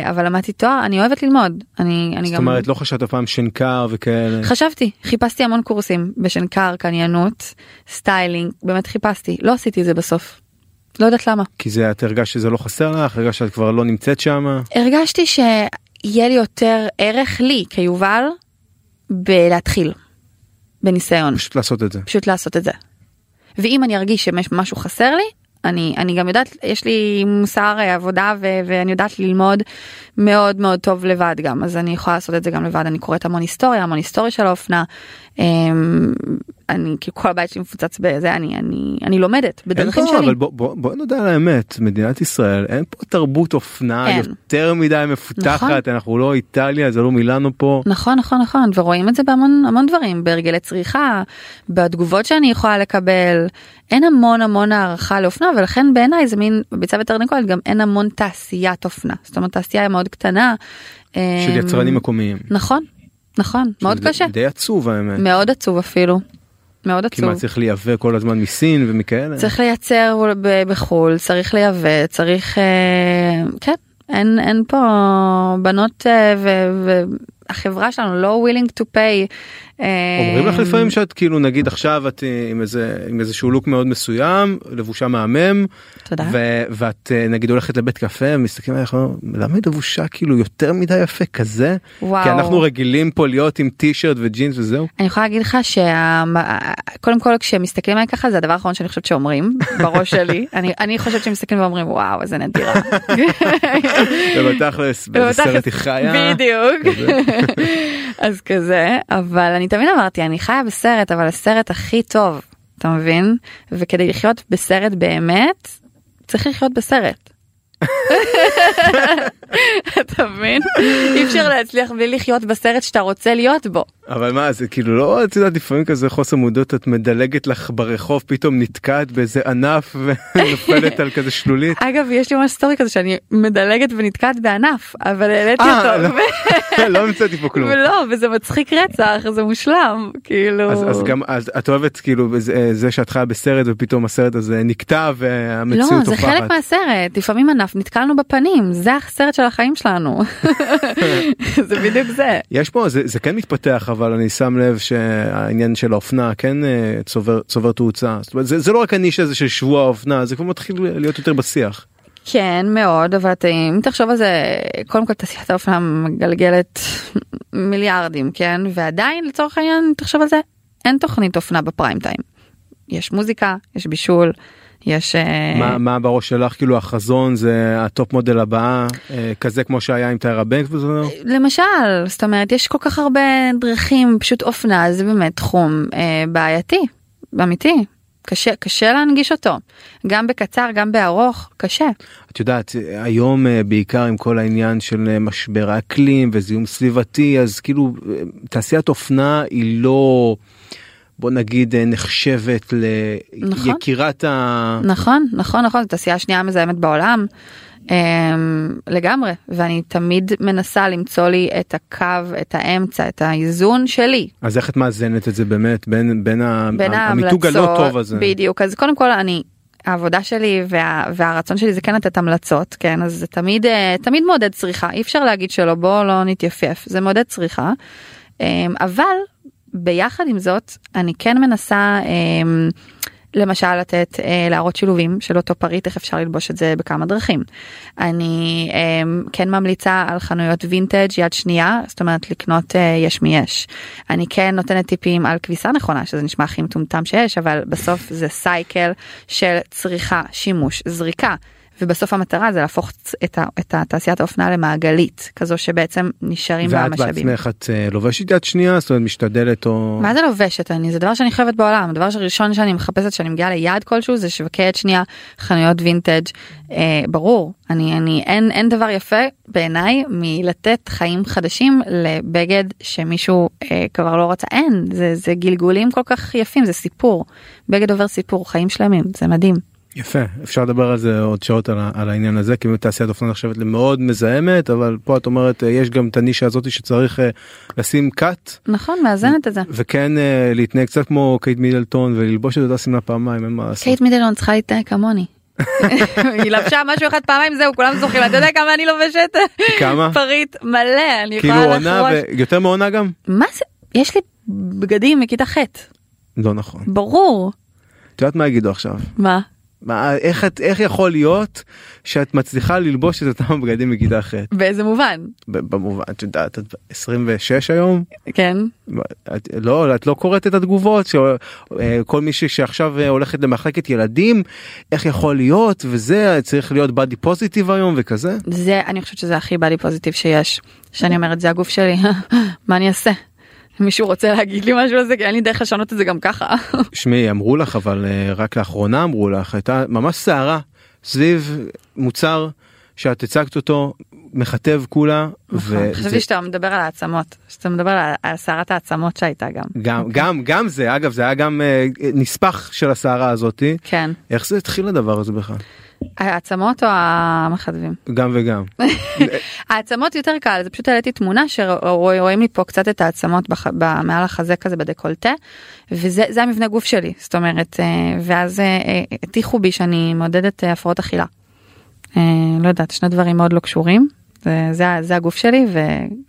אה, אבל למדתי תואר אני אוהבת ללמוד אני אני זאת גם אומרת לא חשבת פעם שנקר וכאלה חשבתי חיפשתי המון קורסים בשנקר קניינות סטיילינג באמת חיפשתי לא עשיתי את זה בסוף. לא יודעת למה. כי זה את הרגשת שזה לא חסר לך הרגשת שאת כבר לא נמצאת שם. הרגשתי שיהיה לי יותר ערך לי כיובל בלהתחיל, בניסיון, פשוט לעשות את זה. פשוט לעשות את זה. ואם אני ארגיש שמשהו חסר לי, אני, אני גם יודעת, יש לי מוסר אה, עבודה ו, ואני יודעת ללמוד מאוד מאוד טוב לבד גם, אז אני יכולה לעשות את זה גם לבד, אני קוראת המון היסטוריה, המון היסטוריה של האופנה. אמ, אני כאילו כל הבית שלי מפוצץ בזה, אני, אני, אני לומדת אין בדרכים פה, שלי. אבל בוא, בוא, בוא נודה על האמת, מדינת ישראל, אין פה תרבות אופנה אין. יותר מדי מפותחת, כן. נכון. אנחנו לא איטליה, זה לא מילאנו פה. נכון נכון נכון ורואים את זה בהמון המון דברים בהרגלי צריכה בתגובות שאני יכולה לקבל אין המון המון הערכה לאופנה ולכן בעיניי זה מין ביצה ותרנגולת גם אין המון תעשיית אופנה זאת אומרת תעשייה היא מאוד קטנה. של אמ, יצרנים מקומיים. נכון נכון מאוד שזה קשה די עצוב האמת. מאוד עצוב אפילו מאוד כי מה עצוב. צריך לייבא כל הזמן מסין ומכאלה? צריך לייצר ב- בחו"ל, צריך לייבא, צריך... אה, כן, אין, אין פה בנות אה, ו- והחברה שלנו לא willing to pay. אה, אומרים לך לפעמים שאת כאילו נגיד עכשיו את אה, עם איזה עם איזשהו לוק מאוד מסוים לבושה מהמם תודה. ו- ואת אה, נגיד הולכת לבית קפה ומסתכלים עליך ואומרים, למה היא לבושה כאילו יותר מדי יפה כזה וואו. כי אנחנו רגילים פה להיות עם טישרט וג'ינס וזהו אני יכולה להגיד לך שקודם כל כשמסתכלים עליי ככה זה הדבר האחרון שאני חושבת שאומרים בראש שלי אני אני חושבת שמסתכלים ואומרים וואו איזה נדירה. ובתכלס באיזה ובתכלס, סרט היא חיה. בדיוק. כזה. אז כזה אבל אני תמיד אמרתי אני חיה בסרט אבל הסרט הכי טוב אתה מבין וכדי לחיות בסרט באמת צריך לחיות בסרט. אתה מבין אי אפשר להצליח בלי לחיות בסרט שאתה רוצה להיות בו אבל מה זה כאילו לא את יודעת לפעמים כזה חוסר מודעות את מדלגת לך ברחוב פתאום נתקעת באיזה ענף ונופלת על כזה שלולית. אגב יש לי ממש סטורי כזה שאני מדלגת ונתקעת בענף אבל העליתי אה, אותו לא- לא המצאתי פה כלום. ולא וזה מצחיק רצח זה מושלם כאילו אז, אז גם אז את אוהבת כאילו זה, זה שאת חיה בסרט ופתאום הסרט הזה נקטע לא והמציאות זה חלק מהסרט לפעמים ענף נתקלנו בפנים זה הסרט של החיים שלנו זה בדיוק זה יש פה זה, זה כן מתפתח אבל אני שם לב שהעניין של האופנה כן אה, צובר צובר תאוצה זאת אומרת, זה, זה לא רק הנישה הזה של שבוע האופנה זה כבר מתחיל להיות יותר בשיח. כן מאוד אבל אתה- אם תחשוב על זה קודם כל תעשיית האופנה מגלגלת מיליארדים כן ועדיין לצורך העניין אם תחשוב על זה אין תוכנית אופנה בפריים טיים יש מוזיקה יש בישול יש אה, מה, מה בראש שלך כאילו החזון זה הטופ מודל הבאה אה, כזה כמו שהיה עם טיירה בנק וזה לא? אה. למשל זאת אומרת יש כל כך הרבה דרכים פשוט אופנה זה באמת תחום אה, בעייתי אמיתי קשה קשה להנגיש אותו גם בקצר גם בארוך קשה את יודעת היום אה, בעיקר עם כל העניין של אה, משבר האקלים וזיהום סביבתי אז כאילו אה, תעשיית אופנה היא לא בוא נגיד אה, נחשבת נכון. ליקירת ה... נכון נכון נכון זו תעשייה השנייה המזהמת בעולם אה, לגמרי ואני תמיד מנסה למצוא לי את הקו את האמצע את האיזון שלי אז איך את מאזנת את זה באמת בין בין, ה- בין ה- ההמלצות, המיתוג הלא טוב הזה בדיוק אז קודם כל אני העבודה שלי וה, והרצון שלי זה כן לתת המלצות כן אז זה תמיד אה, תמיד מעודד צריכה אי אפשר להגיד שלא בוא לא נתייפף זה מעודד צריכה אה, אבל ביחד עם זאת אני כן מנסה. אה, למשל לתת אה, להראות שילובים של אותו פריט איך אפשר ללבוש את זה בכמה דרכים. אני אה, כן ממליצה על חנויות וינטג' יד שנייה זאת אומרת לקנות אה, יש מיש. אני כן נותנת טיפים על כביסה נכונה שזה נשמע הכי מטומטם שיש אבל בסוף זה סייקל של צריכה שימוש זריקה. ובסוף המטרה זה להפוך את, ה, את התעשיית האופנה למעגלית כזו שבעצם נשארים בה ואת המשאבים. בעצמך את אה, לובשת יד שנייה זאת אומרת משתדלת או מה זה לובשת אני זה דבר שאני חייבת בעולם הדבר הראשון שאני מחפשת שאני מגיעה ליעד כלשהו זה שווקי יד שנייה חנויות וינטג' אה, ברור אני אני אין אין דבר יפה בעיניי מלתת חיים חדשים לבגד שמישהו אה, כבר לא רצה אין זה זה גלגולים כל כך יפים זה סיפור בגד עובר סיפור חיים שלמים זה מדהים יפה אפשר לדבר על זה עוד שעות על, ה- על העניין הזה כי באמת תעשיית אופנה נחשבת למאוד מזהמת אבל פה את אומרת אה, יש גם את הנישה הזאת שצריך אה, לשים cut נכון מאזנת את זה. וכן אה, להתנהג קצת כמו קייט מידלטון וללבוש את אותה שמלה פעמיים אין מה לעשות. קייט מידלון צריכה להתנהג כמוני. היא לבשה משהו אחד פעמיים זהו כולם זוכרים לה, אתה יודע כמה אני לובשת כמה? פריט מלא אני כאילו יכולה עונה לחרוש ויותר מעונה גם? מה זה? יש לי בגדים מכיתה ח', לא נכון. ברור. את יודעת מה יגידו עכשיו? מה? מה, איך, את, איך יכול להיות שאת מצליחה ללבוש את אותם בגדים מכיתה ח'? באיזה מובן? ב- במובן, את יודעת, את 26 היום? כן. את לא, את לא קוראת את התגובות שכל מישהי שעכשיו אה, הולכת למחלקת ילדים, איך יכול להיות וזה, צריך להיות בדי פוזיטיב היום וכזה? זה, אני חושבת שזה הכי בא לי פוזיטיב שיש. שאני אומרת, זה הגוף שלי, מה אני אעשה? מישהו רוצה להגיד לי משהו על זה? כי אין לי דרך לשנות את זה גם ככה. שמעי, אמרו לך, אבל אה, רק לאחרונה אמרו לך, הייתה ממש סערה סביב מוצר שאת הצגת אותו, מכתב כולה, וזה- נכון, חשבתי שאתה מדבר על העצמות, שאתה מדבר על- על סערת העצמות שהייתה גם. גם, גם, גם זה, אגב, זה היה גם אה, נספח של הסערה הזאתי. כן. איך זה התחיל הדבר הזה בכלל? העצמות או המחדבים? גם וגם. העצמות יותר קל, זה פשוט העליתי תמונה שרואים לי פה קצת את העצמות בח, ב, מעל החזה כזה בדקולטה, וזה זה המבנה גוף שלי, זאת אומרת, אה, ואז אה, אה, הטיחו בי שאני מעודדת אה, הפרעות אכילה. אה, לא יודעת, שני דברים מאוד לא קשורים, זה, זה, ה- זה הגוף שלי,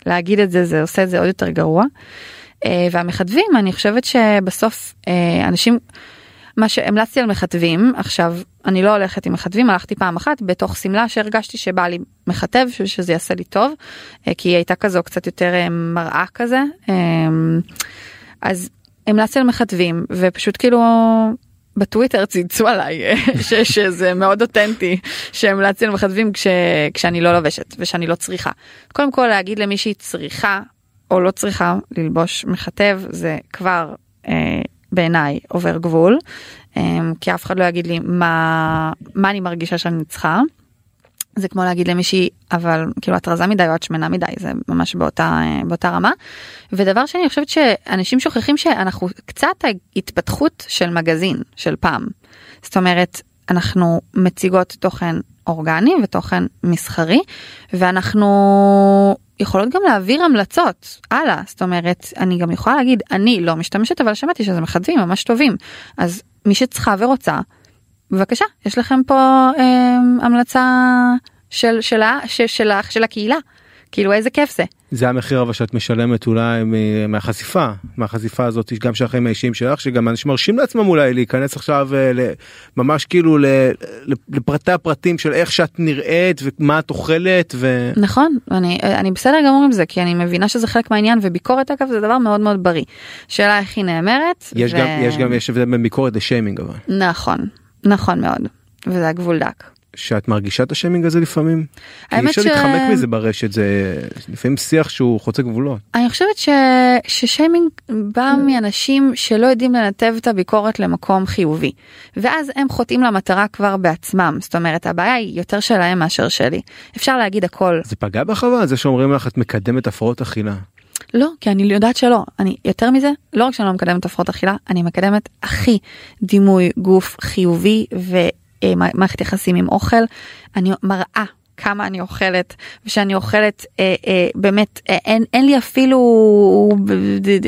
ולהגיד את זה, זה עושה את זה עוד יותר גרוע. אה, והמכתבים, אני חושבת שבסוף אה, אנשים... מה שהמלצתי על מכתבים עכשיו אני לא הולכת עם מכתבים הלכתי פעם אחת בתוך שמלה שהרגשתי שבא לי מכתב ש- שזה יעשה לי טוב אה, כי היא הייתה כזו קצת יותר אה, מראה כזה אה, אז המלצתי על מכתבים ופשוט כאילו. בטוויטר צייצו עליי אה, ש- שזה מאוד אותנטי שהמלצתי על מכתבים כש, כשאני לא לובשת ושאני לא צריכה. קודם כל להגיד למי שהיא צריכה או לא צריכה ללבוש מכתב זה כבר אה, בעיניי עובר גבול אה, כי אף אחד לא יגיד לי מה מה אני מרגישה שאני צריכה. זה כמו להגיד למישהי אבל כאילו את רזה מדי או את שמנה מדי זה ממש באותה אה, באותה רמה. ודבר שני אני חושבת שאנשים שוכחים שאנחנו קצת ההתפתחות של מגזין של פעם. זאת אומרת אנחנו מציגות תוכן אורגני ותוכן מסחרי ואנחנו יכולות גם להעביר המלצות הלאה זאת אומרת אני גם יכולה להגיד אני לא משתמשת אבל שמעתי שזה מכתבים ממש טובים אז מי שצריכה ורוצה בבקשה יש לכם פה אה, המלצה של שלה של, של, של, של הקהילה כאילו איזה כיף זה זה המחיר אבל שאת משלמת אולי מ- מהחשיפה, מהחשיפה הזאת, גם של החיים האישיים שלך, שגם אנשים מרשים לעצמם אולי להיכנס עכשיו אה, ל- ממש כאילו ל- ל- לפרטי הפרטים של איך שאת נראית ומה את אוכלת ו... נכון אני אני בסדר גמור עם זה כי אני מבינה שזה חלק מהעניין וביקורת אגב זה דבר מאוד מאוד בריא שאלה איך היא נאמרת יש גם, יש גם, יש הבדל בין ביקורת לשיימינג אבל, נכון נכון מאוד וזה הגבול דק. שאת מרגישה את השיימינג הזה לפעמים? כי אי האמת אפשר ש- להתחמק מזה ברשת, זה לפעמים שיח שהוא חוצה גבולות. אני חושבת ש... ששיימינג בא כן. מאנשים שלא יודעים לנתב את הביקורת למקום חיובי ואז הם חוטאים למטרה כבר בעצמם זאת אומרת הבעיה היא יותר שלהם מאשר שלי אפשר להגיד הכל זה פגע בך אבל? זה שאומרים לך את מקדמת הפרעות אכילה. לא כי אני יודעת שלא אני יותר מזה לא רק שאני לא מקדמת הפרעות אכילה אני מקדמת הכי דימוי גוף חיובי ומערכת יחסים עם אוכל אני מראה. כמה אני אוכלת ושאני אוכלת אה, אה, באמת אה, אין, אין לי אפילו אה,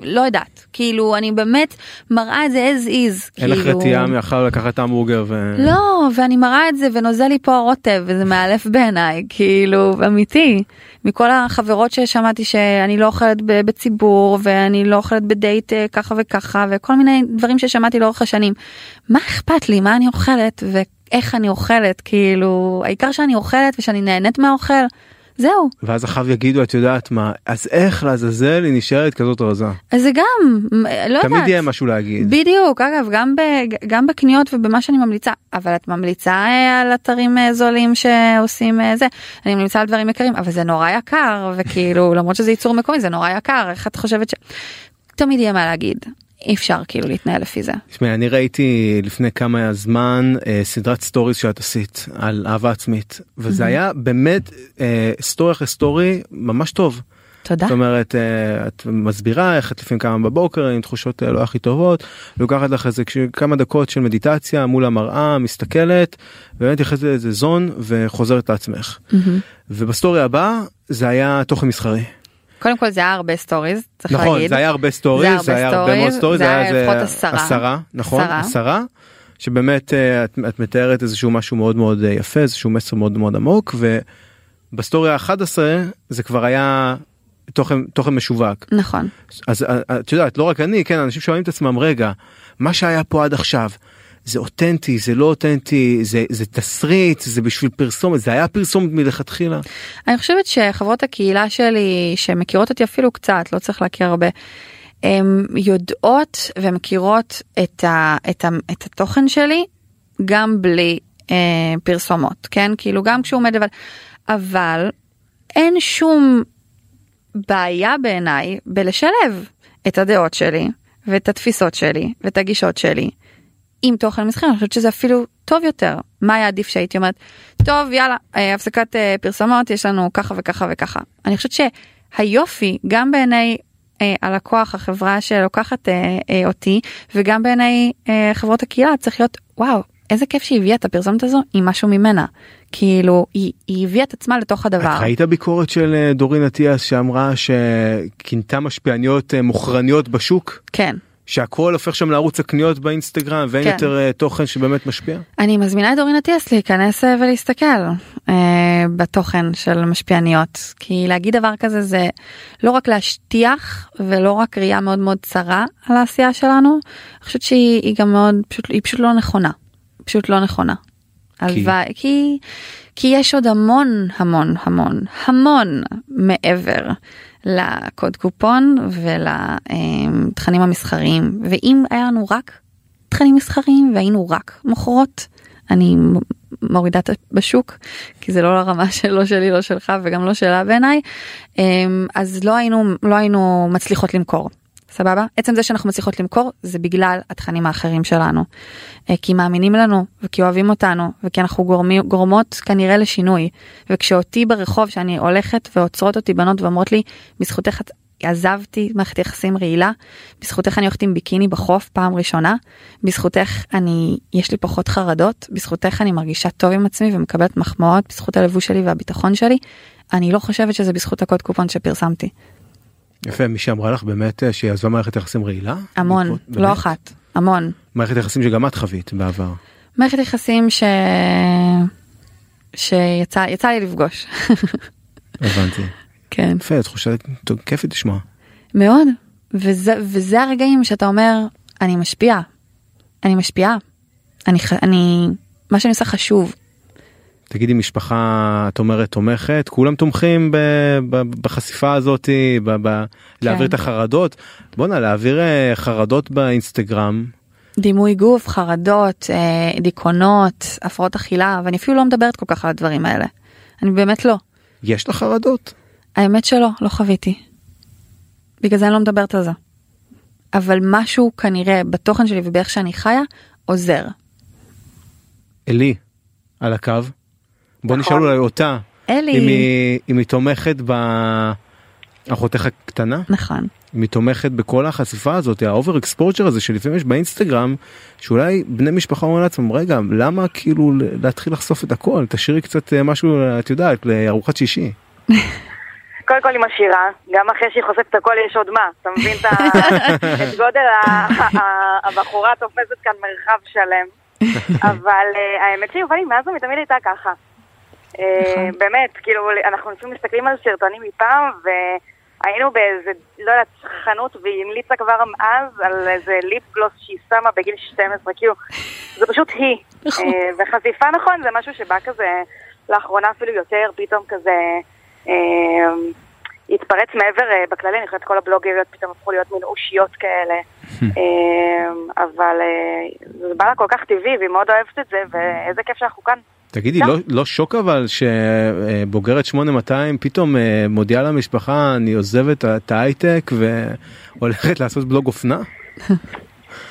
לא יודעת כאילו אני באמת מראה את זה as is אין לך כאילו. רתיעה מאחר לקחת המבורגר ו... לא, ואני מראה את זה ונוזל לי פה הרוטב וזה מאלף בעיניי, כאילו, אמיתי. מכל החברות ששמעתי שאני לא אוכלת ב- בציבור ואני לא אוכלת בדייט אה, ככה וככה וכל מיני דברים ששמעתי לאורך השנים. מה אכפת לי מה אני אוכלת ואיך אני אוכלת, כאילו, העיקר שאני אוכלת ושאני נהנית מהאוכל, זהו. ואז אחריו יגידו את יודעת מה אז איך לעזאזל היא נשארת כזאת רזה אז זה גם, מ- אה, לא תמיד יודעת. יהיה משהו להגיד בדיוק אגב גם, ב, גם בקניות ובמה שאני ממליצה אבל את ממליצה אה, על אתרים אה, זולים שעושים אה, זה אני ממליצה על דברים יקרים אבל זה נורא יקר וכאילו למרות שזה ייצור מקומי זה נורא יקר איך את חושבת ש... תמיד יהיה מה להגיד אי אפשר כאילו להתנהל לפי זה תשמע, אני ראיתי לפני כמה זמן אה, סדרת סטוריז שאת עשית על אהבה עצמית וזה היה באמת אה, סטורי אחרי סטורי ממש טוב. תודה זאת אומרת אה, את מסבירה איך את לפעמים קמה בבוקר עם תחושות אה, לא הכי טובות לוקחת לך איזה כש- כמה דקות של מדיטציה מול המראה מסתכלת באמת נכנסת לאיזה זון וחוזרת לעצמך. מהמם. ובסטורי הבא זה היה תוכן מסחרי. קודם כל זה היה הרבה סטוריז צריך נכון להגיד זה היה הרבה סטוריז זה היה הרבה מאוד סטוריז זה היה לפחות עשרה. עשרה נכון עשרה. עשרה שבאמת אה, את, את מתארת איזשהו משהו מאוד מאוד אה, יפה איזשהו מסר מאוד מאוד עמוק ובסטורי ה-11 זה כבר היה תוכן תוכן משווק נכון אז אה, אה, את יודעת לא רק אני כן אנשים שואלים את עצמם רגע מה שהיה פה עד עכשיו זה אותנטי, זה לא אותנטי, זה, זה תסריט, זה בשביל פרסומת, זה היה פרסומת מלכתחילה. אני חושבת שחברות הקהילה שלי שמכירות אותי אפילו קצת לא צריך להכיר הרבה. הן יודעות ומכירות את, ה, את, ה, את התוכן שלי גם בלי אה, פרסומות כן כאילו גם כשהוא עומד לבד אבל אין שום בעיה בעיניי בלשלב את הדעות שלי ואת התפיסות שלי ואת הגישות שלי עם תוכן מסחרי אני חושבת שזה אפילו טוב יותר מה היה עדיף שהייתי אומרת טוב יאללה אה, הפסקת אה, פרסומות יש לנו ככה וככה וככה אני חושבת שהיופי גם בעיני אה, הלקוח החברה שלוקחת אה, אה, אותי וגם בעיני אה, חברות הקהילה צריך להיות וואו איזה כיף שהיא הביאה את הפרסומת הזו עם משהו ממנה כאילו היא, היא הביאה את עצמה לתוך הדבר. את ראית ביקורת של אה, דורין אטיאס שאמרה שכינתה משפיעניות אה, מוכרניות בשוק? כן. שהכל הופך שם לערוץ הקניות באינסטגרם ואין כן. יותר אה, תוכן שבאמת משפיע? אני מזמינה את דורין אטיאס להיכנס אה, ולהסתכל אה, בתוכן של משפיעניות כי להגיד דבר כזה זה לא רק להשטיח ולא רק ראייה מאוד מאוד צרה על העשייה שלנו אני חושבת שהיא היא גם מאוד פשוט היא פשוט לא נכונה פשוט לא נכונה. הלוואי כי כי יש עוד המון המון המון המון מעבר לקוד קופון ולתכנים המסחריים ואם היה לנו רק תכנים מסחריים והיינו רק מוכרות אני מ- מורידה את ה- בשוק כי זה לא לרמה שלא שלי לא שלך וגם לא שלה בעיניי אמ, אז לא היינו לא היינו מצליחות למכור. סבבה? עצם זה שאנחנו מצליחות למכור זה בגלל התכנים האחרים שלנו. אה, כי מאמינים לנו וכי אוהבים אותנו וכי אנחנו גורמי, גורמות כנראה לשינוי. וכשאותי ברחוב שאני הולכת ועוצרות אותי בנות ואומרות לי בזכותך את עזבתי מערכת יחסים רעילה, בזכותך אני הולכת עם ביקיני בחוף פעם ראשונה, בזכותך אני יש לי פחות חרדות, בזכותך אני מרגישה טוב עם עצמי ומקבלת מחמאות בזכות הלבוש שלי והביטחון שלי. אני לא חושבת שזה בזכות הקוד קופון שפרסמתי. יפה, מי שאמרה לך באמת אה, שהיא עזבה מערכת יחסים רעילה? המון, בעקבות- נכון, באמת? לא אחת, המון. מערכת יחסים שגם את חווית בעבר. מערכת יחסים ש... שיצא יצא לי לפגוש. הבנתי. כן. יפה, תחושה טוב, כיפית לשמוע. מאוד. וזה, וזה הרגעים שאתה אומר, אני משפיעה. אני משפיעה. אני, ח- אני, מה שאני עושה חשוב. תגידי משפחה את אומרת תומכת כולם תומכים ב, ב, בחשיפה הזאת ב, ב, להעביר את כן. החרדות בואנה להעביר אה, חרדות באינסטגרם דימוי גוף, חרדות, אה, דיכאונות, הפרעות אכילה, ואני אפילו לא מדברת כל כך על הדברים האלה. אני באמת לא. יש לך חרדות האמת שלא, לא חוויתי. בגלל זה אני לא מדברת על זה. אבל משהו כנראה בתוכן שלי ובאיך שאני חיה, עוזר. אלי על הקו נכון. בוא נשאל אולי אותה אלי. אם היא, אם היא תומכת ב... אחותך הקטנה נכון. אם היא תומכת בכל החשיפה הזאת האובר אקספורצ'ר הזה שלפעמים יש באינסטגרם שאולי בני משפחה אומרים לעצמם רגע למה כאילו להתחיל לחשוף את הכל תשאירי קצת אה, משהו את יודעת לארוחת שישי. קודם כל היא משאירה, גם אחרי שהיא חושפת הכל יש עוד מה, אתה מבין את ה- את גודל ה- ה- הבחורה תופסת כאן מרחב שלם. אבל אה, האמת שיובלי מאז ומתמיד הייתה ככה. אה, נכון. באמת, כאילו אנחנו לפעמים מסתכלים על סרטונים מפעם והיינו באיזה, לא יודעת, חנות והיא המליצה כבר אז על איזה ליפ גלוס שהיא שמה בגיל 12, כאילו, זה פשוט היא. נכון. אה, וחשיפה נכון זה משהו שבא כזה לאחרונה אפילו יותר, פתאום כזה אה, התפרץ מעבר אה, בכללי, אני חושבת כל הבלוגריות פתאום הפכו להיות מין אושיות כאלה. אה, אבל אה, זה בא לה כל כך טבעי והיא מאוד אוהבת את זה ואיזה כיף שאנחנו כאן. תגידי גם- לא לא שוק אבל שבוגרת 8200 פתאום אה, מודיעה למשפחה אני עוזבת את ההייטק והולכת לעשות בלוג אופנה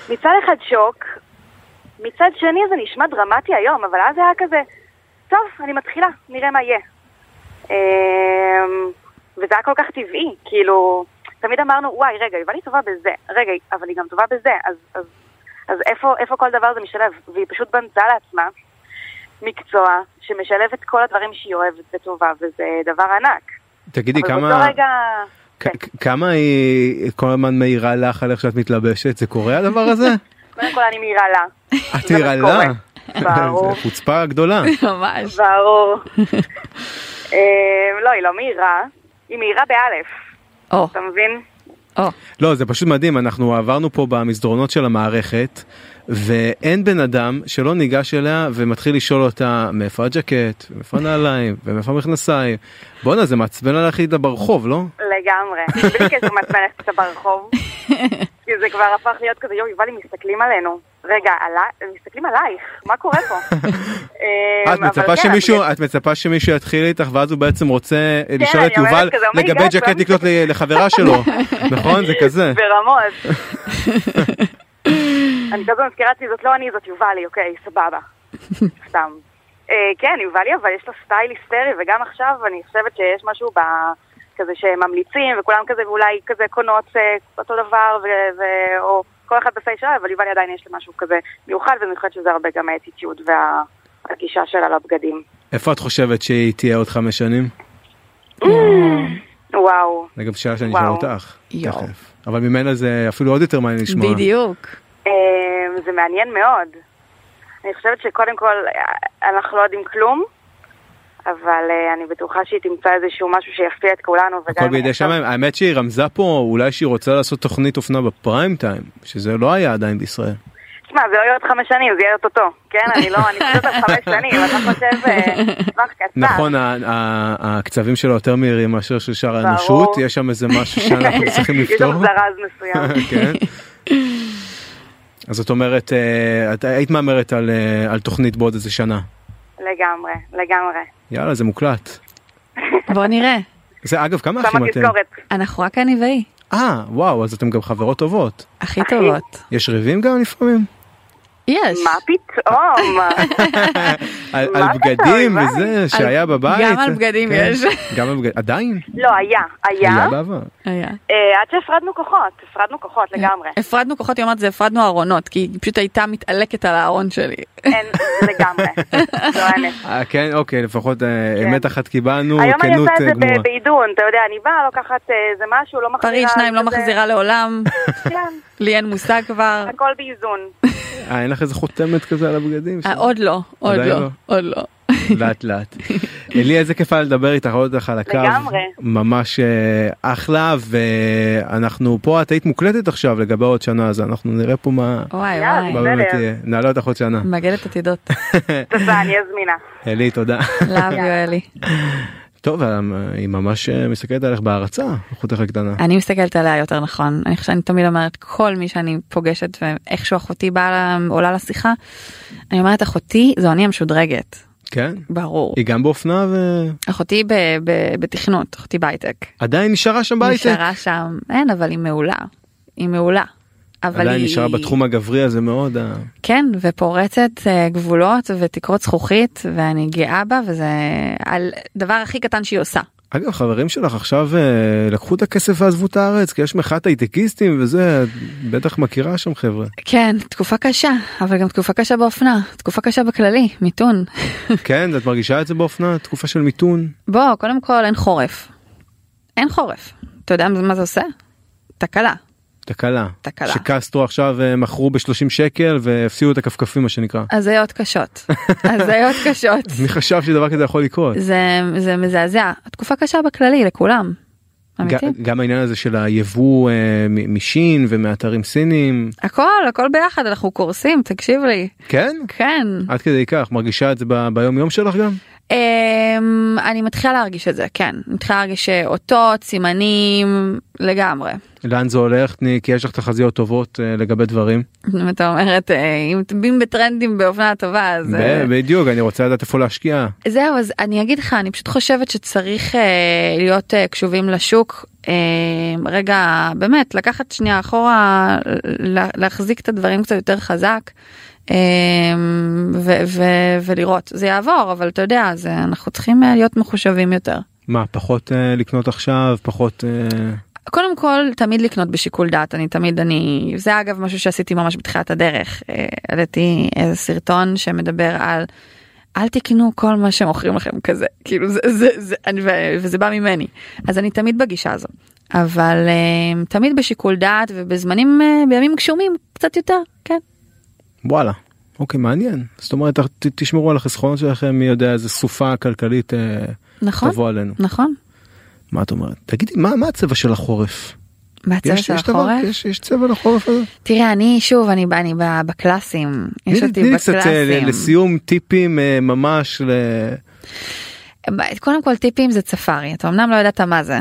מצד אחד שוק, מצד שני זה נשמע דרמטי היום, אבל אז היה כזה, טוב, אני מתחילה, נראה מה יהיה. אמ, וזה היה כל כך טבעי, כאילו, תמיד אמרנו, וואי, רגע, יובל היא טובה בזה, רגע, אבל היא גם טובה בזה, אז, אז, אז איפה, איפה כל דבר זה משלב? והיא פשוט בנתה לעצמה מקצוע שמשלב את כל הדברים שהיא אוהבת וטובה, וזה דבר ענק. תגידי אבל באותו כמה רגע... כ- כ- כמה היא כל הזמן מעירה לך על איך שאת מתלבשת זה קורה הדבר הזה קודם כל אני מעירה לה. את זה מעירה לה. קורה, ברור. זה חוצפה גדולה. ממש. ברור. אה, לא, היא לא מהירה. היא מהירה באלף, או, אתה מבין? או, לא, זה פשוט מדהים, אנחנו עברנו פה במסדרונות של המערכת, ואין בן אדם שלא ניגש אליה ומתחיל לשאול אותה מאיפה הג'קט, מאיפה הנעליים, ומאיפה המכנסיים. בואנה, זה מעצבן עלייך איתה ברחוב, לא? לגמרי. בלי קשר מעצבנת קצת ברחוב. כי זה כבר הפך להיות כזה, יואו, יובל, הם מסתכלים עלינו. רגע, עלי- הם מסתכלים עלייך, מה קורה פה? אמ, את אבל מצפה כן, שמישהו, אני- את מצפה שמישהו יתחיל איתך ואז הוא בעצם רוצה לשאול אני את אומרת יובל כזה, "Oh my לגבי God, ג'קט למה לקנות ל- לחברה שלו, נכון? זה כזה. ברמות. אני כל הזמן מזכירה לעצמי, זאת לא אני, זאת יובלי, אוקיי, סבבה. סתם. אה, כן, יובלי, אבל יש לו סטייל היסטרי, וגם עכשיו אני חושבת שיש משהו ב... כזה שממליצים, וכולם כזה, ואולי כזה קונות אה, אותו דבר, ו... ו... או כל אחד בסייל שלה, אבל יובלי עדיין יש לו משהו כזה מיוחד, ואני חושבת שזה הרבה גם האטיטיוד והגישה שלה לבגדים. איפה את חושבת שהיא תהיה עוד חמש שנים? וואו. זה גם שאלה שאני אשאל וואו. אותך. יואו. תכף. אבל ממנה זה אפילו עוד יותר מעניין לשמוע. בדיוק. אה, זה מעניין מאוד. אני חושבת שקודם כל, אה, אנחנו לא יודעים כלום, אבל אה, אני בטוחה שהיא תמצא איזשהו משהו שיפתיע את כולנו. וגם הכל אם בידי עכשיו- שמיים. האמת שהיא רמזה פה אולי שהיא רוצה לעשות תוכנית אופנה בפריים טיים, שזה לא היה עדיין בישראל. תשמע, זה לא יהיה עוד חמש שנים, זה יהיה עוד אותו. כן, אני לא, אני חושבת על חמש שנים, אתה חושב אה, טווח קצר. נכון, ה- ה- הקצבים שלו יותר מהירים מאשר של שאר ברור. האנושות, יש שם איזה משהו שאנחנו צריכים יש לך לפתור. זרז מסוים. כן. אז זאת אומרת, אה, את היית מהמרת על אה, על תוכנית בעוד איזה שנה. לגמרי, לגמרי. יאללה, זה מוקלט. בוא נראה. זה אגב, כמה שמה אחים אתם? תזכורת. אנחנו רק אני והיא. אה, וואו, אז אתם גם חברות טובות. הכי טובות. יש ריבים גם לפעמים? יש. מה פתאום? על, מה על אתה בגדים אומר? וזה על- שהיה בבית. גם על בגדים כן. יש. גם על בגדים, עדיין? לא, היה, היה. היה בעבר. היה. אה, עד שהפרדנו כוחות, הפרדנו כוחות לגמרי. הפרדנו כוחות, היא אומרת זה הפרדנו ארונות, כי היא פשוט הייתה מתעלקת על הארון שלי. אין, לגמרי. זו האמת. אה, כן, אוקיי, לפחות אה, כן. אמת אחת קיבלנו, היום אני כנות עושה את אה, זה גמורה. ב- בעידון, אתה יודע, אני באה, לוקחת איזה משהו, לא מחזירה. פריד שניים לא כזה. מחזירה לעולם, כן, לי אין מושג כבר. הכל באיזון. אה, אין לך איזה חותמת כזה על הבגדים? אה, שלך? עוד לא, עוד עדיין לא, לא. עוד לא. אוקיי. לאט לאט. לי איזה כיף היה לדבר איתך, עוד אותך על הקו. לגמרי. ממש אה, אחלה, ואנחנו פה, את היית מוקלטת עכשיו לגבי עוד שנה, אז אנחנו נראה פה מה וואי יאללה, וואי. מה אוקיי. בסדר. באמת יהיה. נעלה אותך עוד שנה. מגדת עתידות. תודה, אני אהיה זמינה. אלי, תודה. לאב יואלי. טוב, היא ממש אה, מסתכלת עליך בהערצה, אחותך הקטנה. אני מסתכלת עליה יותר נכון. אני חושבת שאני תמיד אומרת כל מי שאני פוגשת ואיכשהו אחותי באה לה- עולה לשיחה. אני אומרת אחותי זו אני המשודרגת. כן? ברור. היא גם באופנה ועדיין אחותי ב- ב- בתכנות, אחותי בהייטק. נשארה שם בהייטק. נשארה שם, אין אבל היא מעולה. היא מעולה. אבל היא... עדיין נשארה בתחום הגברי הזה מאוד. אה. ה- כן, ופורצת אה, גבולות ותקרות זכוכית ואני גאה בה וזה על דבר הכי קטן שהיא עושה. אגב, חברים שלך עכשיו אה, לקחו את הכסף ועזבו את הארץ, כי יש מחאת הייטקיסטים וזה, את בטח מכירה שם חבר'ה. כן, תקופה קשה, אבל גם תקופה קשה באופנה, תקופה קשה בכללי, מיתון. כן, את מרגישה את זה באופנה? תקופה של מיתון? בוא, קודם כל אין חורף. אין חורף. אתה יודע מה זה עושה? תקלה. תקלה. תקלה. שקסטרו עכשיו אה, מכרו ב-30 שקל והפסיעו את הכפכפים, מה שנקרא. הזיות קשות. הזיות קשות. מי חשב שדבר כזה יכול לקרות? זה, זה מזעזע. תקופה קשה בכללי לכולם. אמיתי. ג- גם העניין הזה של היבוא אה, מ- משין ומאתרים סינים. הכל, הכל ביחד, אנחנו קורסים, תקשיב לי. כן? כן. עד כדי כך, מרגישה את זה ב- ביום יום שלך גם? אמ, אני מתחילה להרגיש את זה, כן. מתחילה להרגיש אותות, סימנים, לגמרי. לאן זה הולך? תני, כי יש לך תחזיות טובות אה, לגבי דברים. אם אתה אומרת, אה, אם תבין בטרנדים באופנה טובה, אז... אה, ב- בדיוק, אני רוצה לדעת איפה להשקיע. זהו אז אני אגיד לך אני פשוט חושבת שצריך אה, להיות אה, קשובים לשוק אה, רגע באמת לקחת שנייה אחורה לה, להחזיק את הדברים קצת יותר חזק אה, ו, ו, ולראות זה יעבור אבל אתה יודע זה אנחנו צריכים אה, להיות מחושבים יותר. מה, פחות אה, לקנות עכשיו? פחות... אה, קודם כל תמיד לקנות בשיקול דעת אני תמיד אני זה אגב משהו שעשיתי ממש בתחילת הדרך אה, העליתי איזה סרטון שמדבר על אל תקנו כל מה שמוכרים לכם כזה כאילו זה זה זה אני, ו- וזה בא ממני אז אני תמיד בגישה הזו אבל אה, תמיד בשיקול דעת ובזמנים אה, בימים גשומים קצת יותר כן וואלה. אוקיי, מעניין. זאת אומרת, ת- תשמרו על החסכונות שלכם, מי יודע איזה סופה כלכלית אה, נכון תבוא עלינו. נכון מה את אומרת? תגידי, מה מה הצבע של החורף? בצבע יש של יש דבר, החורף? יש יש צבע לחורף הזה? תראה, אני שוב, אני ב- אני ב- בקלאסים. יש תני לי- אותי תני לי קצת אה, ל- בקלאסים. לסיום טיפים אה, ממש ל... ב- קודם כל טיפים זה צפארי, אתה אמנם לא ידעת מה זה.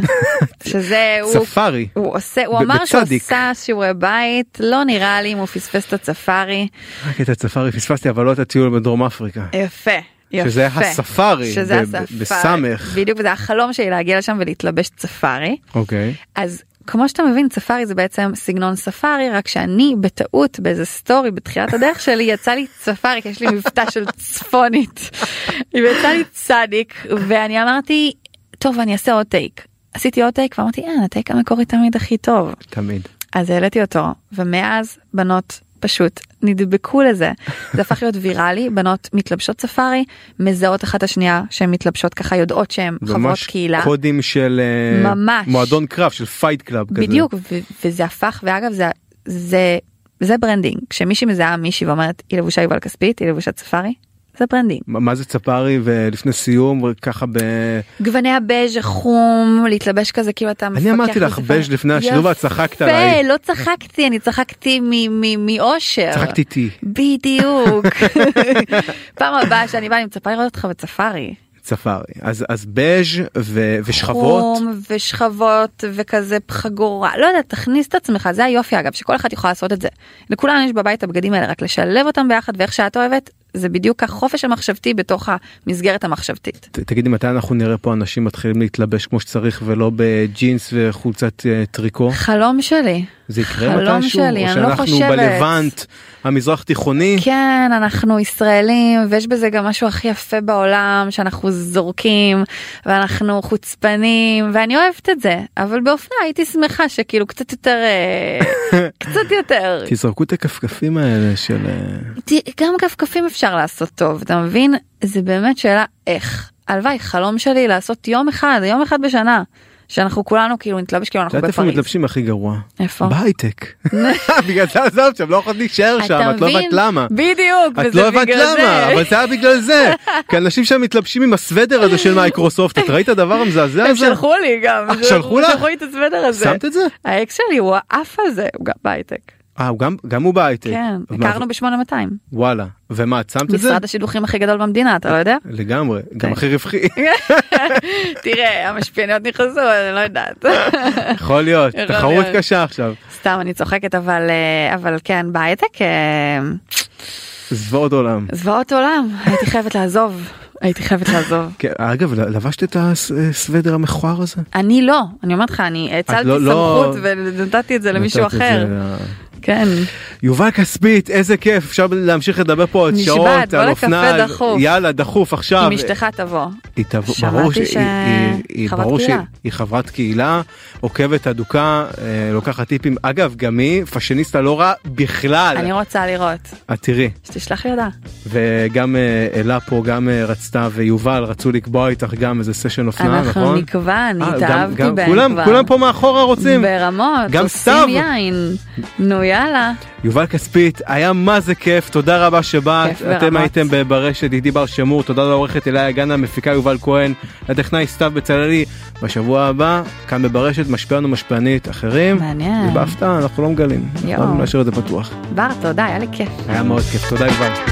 שזה הוא... ספארי. הוא עושה, הוא ב- אמר שהוא בצדיק. עשה שיעורי בית, לא נראה לי אם הוא פספס את הצפארי. רק את הצפארי פספסתי אבל לא את הטיול בדרום אפריקה. יפה, יפה. שזה הספארי, שזה ב- ב- הספארי. בסמך. בדיוק, וזה החלום שלי להגיע לשם ולהתלבש צפארי. אוקיי. אז כמו שאתה מבין צפארי זה בעצם סגנון ספארי רק שאני בטעות באיזה סטורי בתחילת הדרך שלי יצא לי צפארי כי יש לי מבטא של צפונית. יצא לי צדיק ואני אמרתי טוב אני אעשה עוד טייק. עשיתי עוד טייק ואמרתי אין הטייק המקורי תמיד הכי טוב. תמיד. אז העליתי אותו ומאז בנות פשוט נדבקו לזה זה הפך להיות ויראלי בנות מתלבשות ספארי מזהות אחת השנייה שהן מתלבשות ככה יודעות שהן חברות ממש קהילה. קודים של אה, ממש. מועדון קרב של פייט קלאב כזה. בדיוק ו- וזה הפך ואגב זה זה זה ברנדינג כשמישהי מזהה מישהי ואומרת היא לבושה יובל כספית היא לבושת ספארי זה ברנדינג. מה מה זה צפארי ולפני סיום ככה ב... גווני הבז' החום להתלבש כזה כאילו אתה מפקח. אמרתי לך בספארי. בז' לפני השידור, יפה, ואת צחקת עליי. לא צחקתי אני צחקתי מ- מ- מאושר. צחקת איתי. בדיוק. פעם הבאה שאני באה אני מצפה לראות אותך בצפארי. צפארי. אז אז בז' ו- ושכבות. חום ושכבות וכזה חגורה לא יודע תכניס את עצמך זה היופי אגב שכל אחד יכול לעשות את זה לכולם יש בבית הבגדים האלה רק לשלב אותם ביחד ואיך שאת אוהבת זה בדיוק החופש המחשבתי בתוך המסגרת המחשבתית. ת- תגידי מתי אנחנו נראה פה אנשים מתחילים להתלבש כמו שצריך ולא בג'ינס וחולצת אה, טריקו חלום שלי זה יקרה חלום מתישהו שלי, או אני לא שאנחנו חושבת. בלבנט המזרח תיכוני כן אנחנו ישראלים ויש בזה גם משהו הכי יפה בעולם שאנחנו זורקים ואנחנו חוצפנים ואני אוהבת את זה אבל באופנה הייתי שמחה שכאילו קצת יותר אה, קצת יותר תזרקו את הכפכפים האלה של אה, ת- גם כפכפים אפשר לעשות טוב אתה מבין זה באמת שאלה איך הלוואי חלום שלי לעשות יום אחד יום אחד בשנה שאנחנו כולנו כאילו נתלבש כאילו את אנחנו יודעת איפה בפריז. מתלבשים הכי גרוע איפה? בהייטק בגלל זה עזבת שם לא יכולת להישאר אתה שם את לא מבין? הבנת למה. בדיוק את וזה לא הבנת בגלל למה זה. אבל זה היה בגלל זה כי אנשים שם מתלבשים עם הסוודר הזה של מייקרוסופט את ראית את הדבר המזעזע הם הזה שלחו לי גם אה, שלחו לך? שלחו לי את הסוודר הזה שמת את זה האקס שלי הוא עף על זה הוא גם בהייטק אה, הוא גם גם הוא בהייטק כן מה- הכרנו ב-8200 וואלה ומה את שמת את זה משרד כן. השידוכים הכי גדול במדינה אתה לא יודע לגמרי גם הכי רווחי תראה המשפיעניות נכנסו אני לא יודעת יכול להיות יכול תחרות להיות. קשה עכשיו סתם אני צוחקת אבל אה, אבל כן בהייטק. אה, זוועות עולם. זוועות עולם, הייתי חייבת לעזוב, הייתי חייבת לעזוב. כן, אגב ל- לבשת את הסוודר המכוער הזה? אני לא, אני אומרת לך, אני האצלתי לא- לא- סמכות ונתתי את זה למישהו נתת את אחר. זה ל- כן, יובל כספית איזה כיף אפשר להמשיך לדבר פה עוד נשבעת, שעות בוא על לקפה אופנה דחוף. יאללה דחוף עכשיו. אם אשתך תבוא. היא תבוא, שמעתי ברור ש- שהיא היא- היא- חברת ברור קהילה. שהיא- היא חברת קהילה, עוקבת אדוקה, אה, לוקחת טיפים. אגב, גם היא פאשיניסטה לא רע בכלל. אני רוצה לראות, את תראי, שתשלח לי הודעה. וגם אה, אלה פה גם אה, רצתה ויובל רצו לקבוע איתך גם איזה סשן אופנה, נכון? אנחנו נקבע, אני אה, גם- התאהבתי גם- בהם כבר. כולם, כולם פה מאחורה רוצים. ברמות, גם סתיו. עושים יין. נו יאללה, יובל כספית, היה מה זה כיף, תודה רבה שבאת. כיף ברמות. אתם הייתם ב- ברשת, איתי בר שמור, תודה לעורכת אליה גנה, מפיקה יובל כהן, לטכנאי סתיו בצללי. בשבוע הבא, כאן בברשת, משפיען ומשפיענית אחרים. מעניין. זה בהפתעה, אנחנו לא מגלים. יואו. יכולנו להשאיר את זה פתוח. בר תודה, היה לי כיף. היה מאוד כיף, תודה יובל.